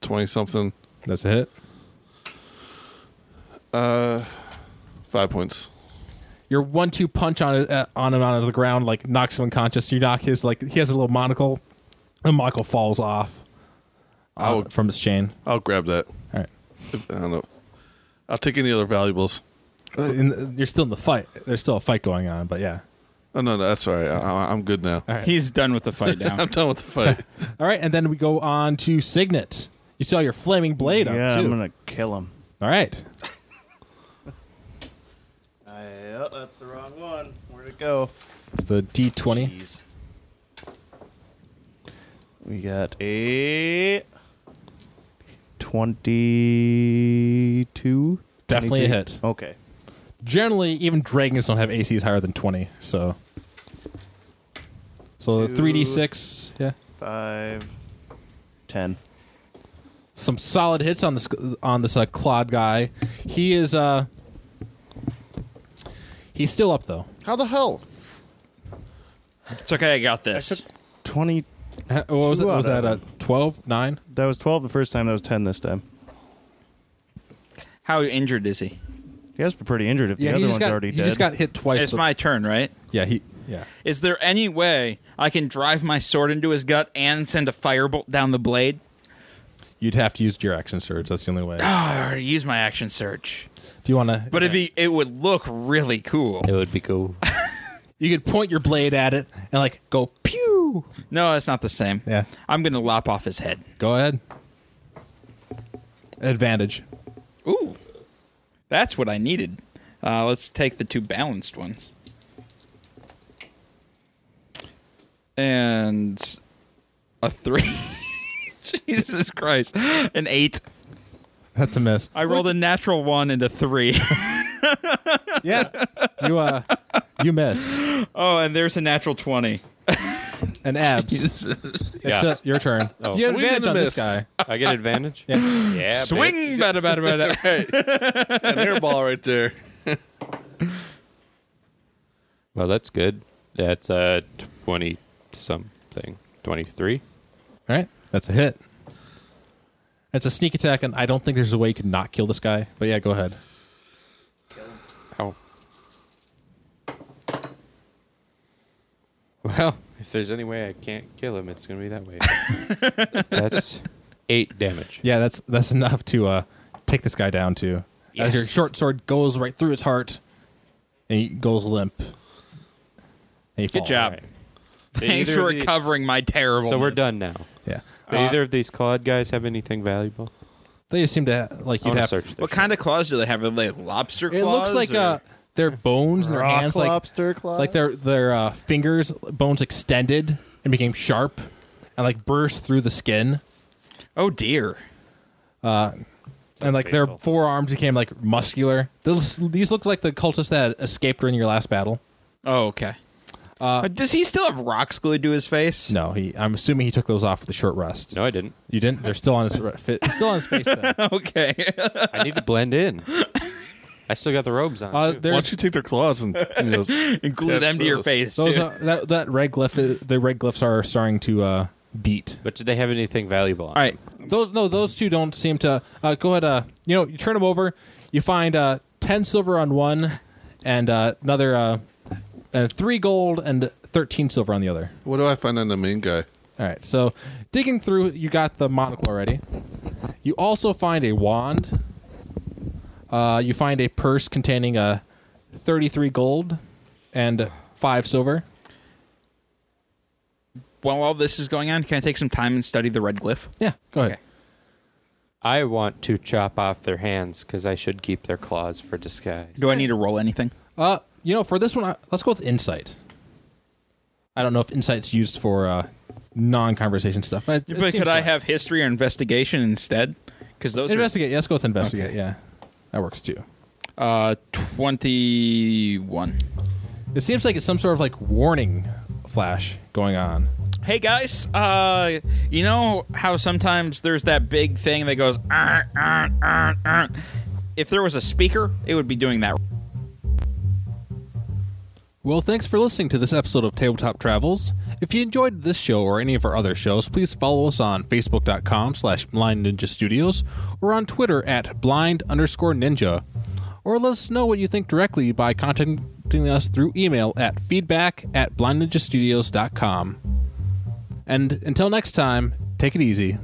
Speaker 4: Twenty something,
Speaker 1: That's a hit.
Speaker 4: Uh, five points.
Speaker 1: Your one-two punch on uh, on him onto the ground like knocks him unconscious. You knock his like he has a little monocle. The monocle falls off uh,
Speaker 5: Oh.
Speaker 4: I'll
Speaker 1: from his chain.
Speaker 4: I'll grab that.
Speaker 1: All right,
Speaker 4: If, I don't know. I'll take any other valuables.
Speaker 1: Uh,
Speaker 5: Oh.
Speaker 1: and you're still in the fight. There's still a fight going on, but yeah.
Speaker 4: Oh no, no that's all right. I, I, I'm good now.
Speaker 1: All right.
Speaker 2: He's done with the fight now.
Speaker 4: [laughs] I'm done with the [laughs] fight.
Speaker 1: All right, and then we go on to Signet. You saw your flaming blade
Speaker 5: yeah,
Speaker 1: up too.
Speaker 5: I'm gonna kill him.
Speaker 1: All right.
Speaker 5: Uh, Yep, that's the wrong one. Where'd it go?
Speaker 1: The D twenty.
Speaker 5: Jeez. We got a twenty-two.
Speaker 1: Definitely a
Speaker 5: 23?
Speaker 1: hit.
Speaker 5: Okay.
Speaker 1: Generally, even dragons don't have ACs higher than twenty, so so
Speaker 5: Two.
Speaker 1: three D six. Yeah.
Speaker 5: Five. Ten.
Speaker 1: Some solid hits on this on this uh, Claude guy. He is uh he's still up though.
Speaker 4: How the hell?
Speaker 2: [laughs] it's okay. I got this.
Speaker 5: Twenty.
Speaker 1: Uh, What was
Speaker 5: Two
Speaker 1: that? Was
Speaker 5: out
Speaker 1: that
Speaker 5: of
Speaker 1: uh, 12, 9?
Speaker 5: That was twelve the first time. That was ten this time.
Speaker 2: How injured is he?
Speaker 5: He has been pretty injured. If the other
Speaker 1: he
Speaker 5: one's
Speaker 1: just got
Speaker 5: already
Speaker 1: he
Speaker 5: dead.
Speaker 1: just got hit twice.
Speaker 2: It's
Speaker 1: so-
Speaker 2: my turn, right?
Speaker 1: yeah, he yeah.
Speaker 2: Is there any way I can drive my sword into his gut and send a firebolt down the blade?
Speaker 1: You'd have to use your action surge. That's the only way.
Speaker 2: Oh, I already used my action search.
Speaker 1: If you want to,
Speaker 2: But it'd be it would look really cool.
Speaker 3: It would be
Speaker 1: [laughs]
Speaker 3: cool.
Speaker 1: you could point your blade at it and like go pew.
Speaker 2: No, that's not the same.
Speaker 1: Yeah.
Speaker 2: I'm gonna lop off his head.
Speaker 1: Go ahead. Advantage.
Speaker 2: Ooh. That's what I needed. Uh, let's take the two balanced ones. And a three. [laughs] Jesus Christ. An eight.
Speaker 1: That's a miss.
Speaker 2: I rolled a natural one and a three.
Speaker 1: [laughs]
Speaker 2: [laughs]
Speaker 1: Yeah. you uh you miss.
Speaker 2: oh, and there's a natural 20.
Speaker 1: [laughs] And abs.
Speaker 2: Jesus.
Speaker 1: It's
Speaker 3: Yeah.
Speaker 1: uh, your [laughs] turn.
Speaker 3: Oh.
Speaker 1: You have
Speaker 4: Swing and
Speaker 1: advantage
Speaker 4: a
Speaker 1: on this
Speaker 4: miss.
Speaker 1: guy.
Speaker 3: I get advantage. Yeah, bitch.
Speaker 2: Swing, bada, bada, bada.
Speaker 4: Hey, an air ball right there.
Speaker 3: Well, that's good. That's uh twenty something, twenty three.
Speaker 1: All [gasps] right, that's a hit. It's a sneak attack, and I don't think there's a way you could not kill this guy. But yeah, go ahead.
Speaker 3: Ow. Well, if there's any way I can't kill him, it's gonna be that way. [laughs] that's eight damage.
Speaker 1: Yeah, that's that's enough to uh, take this guy down too. As
Speaker 3: Yes.
Speaker 1: your short sword goes right through its heart, and he goes limp. And he
Speaker 2: [laughs] Good
Speaker 1: falls.
Speaker 2: job. Thanks
Speaker 3: Either
Speaker 2: for
Speaker 3: of these-
Speaker 2: recovering my terrible.
Speaker 3: So we're done now.
Speaker 1: Yeah,
Speaker 3: Do either of these clawed guys have anything valuable?
Speaker 1: they just seem to ha- like
Speaker 3: I
Speaker 1: you'd
Speaker 3: want to
Speaker 1: have.
Speaker 3: search.
Speaker 2: What kind of claws do they have? Are they lobster claws?
Speaker 1: it looks like
Speaker 2: or-
Speaker 1: uh, their bones and their
Speaker 5: Rock
Speaker 1: hands like
Speaker 5: lobster claws?
Speaker 1: like their their uh, fingers bones extended and became sharp and like burst through the skin
Speaker 2: oh dear.
Speaker 1: and like their
Speaker 3: painful.
Speaker 1: forearms became like muscular. Those, these look like the cultists that escaped during your last battle.
Speaker 2: Oh okay. Uh, Does he still have rocks glued to his face?
Speaker 1: No, he. I'm assuming he took those off with a short rest.
Speaker 3: No, I didn't.
Speaker 1: You didn't. They're still on his re- fit, still on his face. Then.
Speaker 2: [laughs] Okay.
Speaker 3: I need to blend in. I still got the robes on.
Speaker 1: Uh,
Speaker 3: too.
Speaker 4: Why don't
Speaker 1: there's
Speaker 4: you take their claws and, you know,
Speaker 1: [laughs]
Speaker 2: and [laughs] glue
Speaker 4: attach
Speaker 2: them to your
Speaker 4: those?
Speaker 2: face.
Speaker 1: those.
Speaker 2: too.
Speaker 1: Are, that that red glyph. Is, the red glyphs are starting to uh, beat.
Speaker 3: but did they have anything valuable? On
Speaker 2: All right.
Speaker 1: Those no. Those two don't seem to. Uh, go ahead. Uh, you know, you turn them over. You find uh, ten silver on one, and uh, another uh, uh, three gold and thirteen silver on the other.
Speaker 4: what do I find on the main guy?
Speaker 1: All right. So digging through, you got the monocle already. You also find a wand. Uh, you find a purse containing uh, 33 gold and five silver.
Speaker 2: While all this is going on, can I take some time and study the red glyph?
Speaker 1: Yeah, go ahead.
Speaker 3: I want to chop off their hands because I should keep their claws for disguise.
Speaker 2: Do I need to roll anything?
Speaker 1: Uh, you know, for this one, I, let's go with insight. I don't know if insight's used for uh, non-conversation stuff. But, it
Speaker 2: but
Speaker 1: seems
Speaker 2: could I
Speaker 1: fine.
Speaker 2: have history or investigation instead? Because those
Speaker 1: investigate? Yeah, let's go with investigate. Yeah, that works too.
Speaker 2: are uh, twenty-one.
Speaker 1: It seems like it's some sort of like warning flash going on.
Speaker 2: Hey guys, uh, you know how sometimes there's that big thing that goes. "Arr, arr, arr, arr." If there was a speaker, it would be doing that.
Speaker 1: Well, thanks for listening to this episode of Tabletop Travels. If you enjoyed this show or any of our other shows, please follow us on facebook.com slash blind ninja studios or on Twitter at blind underscore ninja. Or let us know what you think directly by contacting us through email at feedback at blindninjastudios.com. And until next time, take it easy.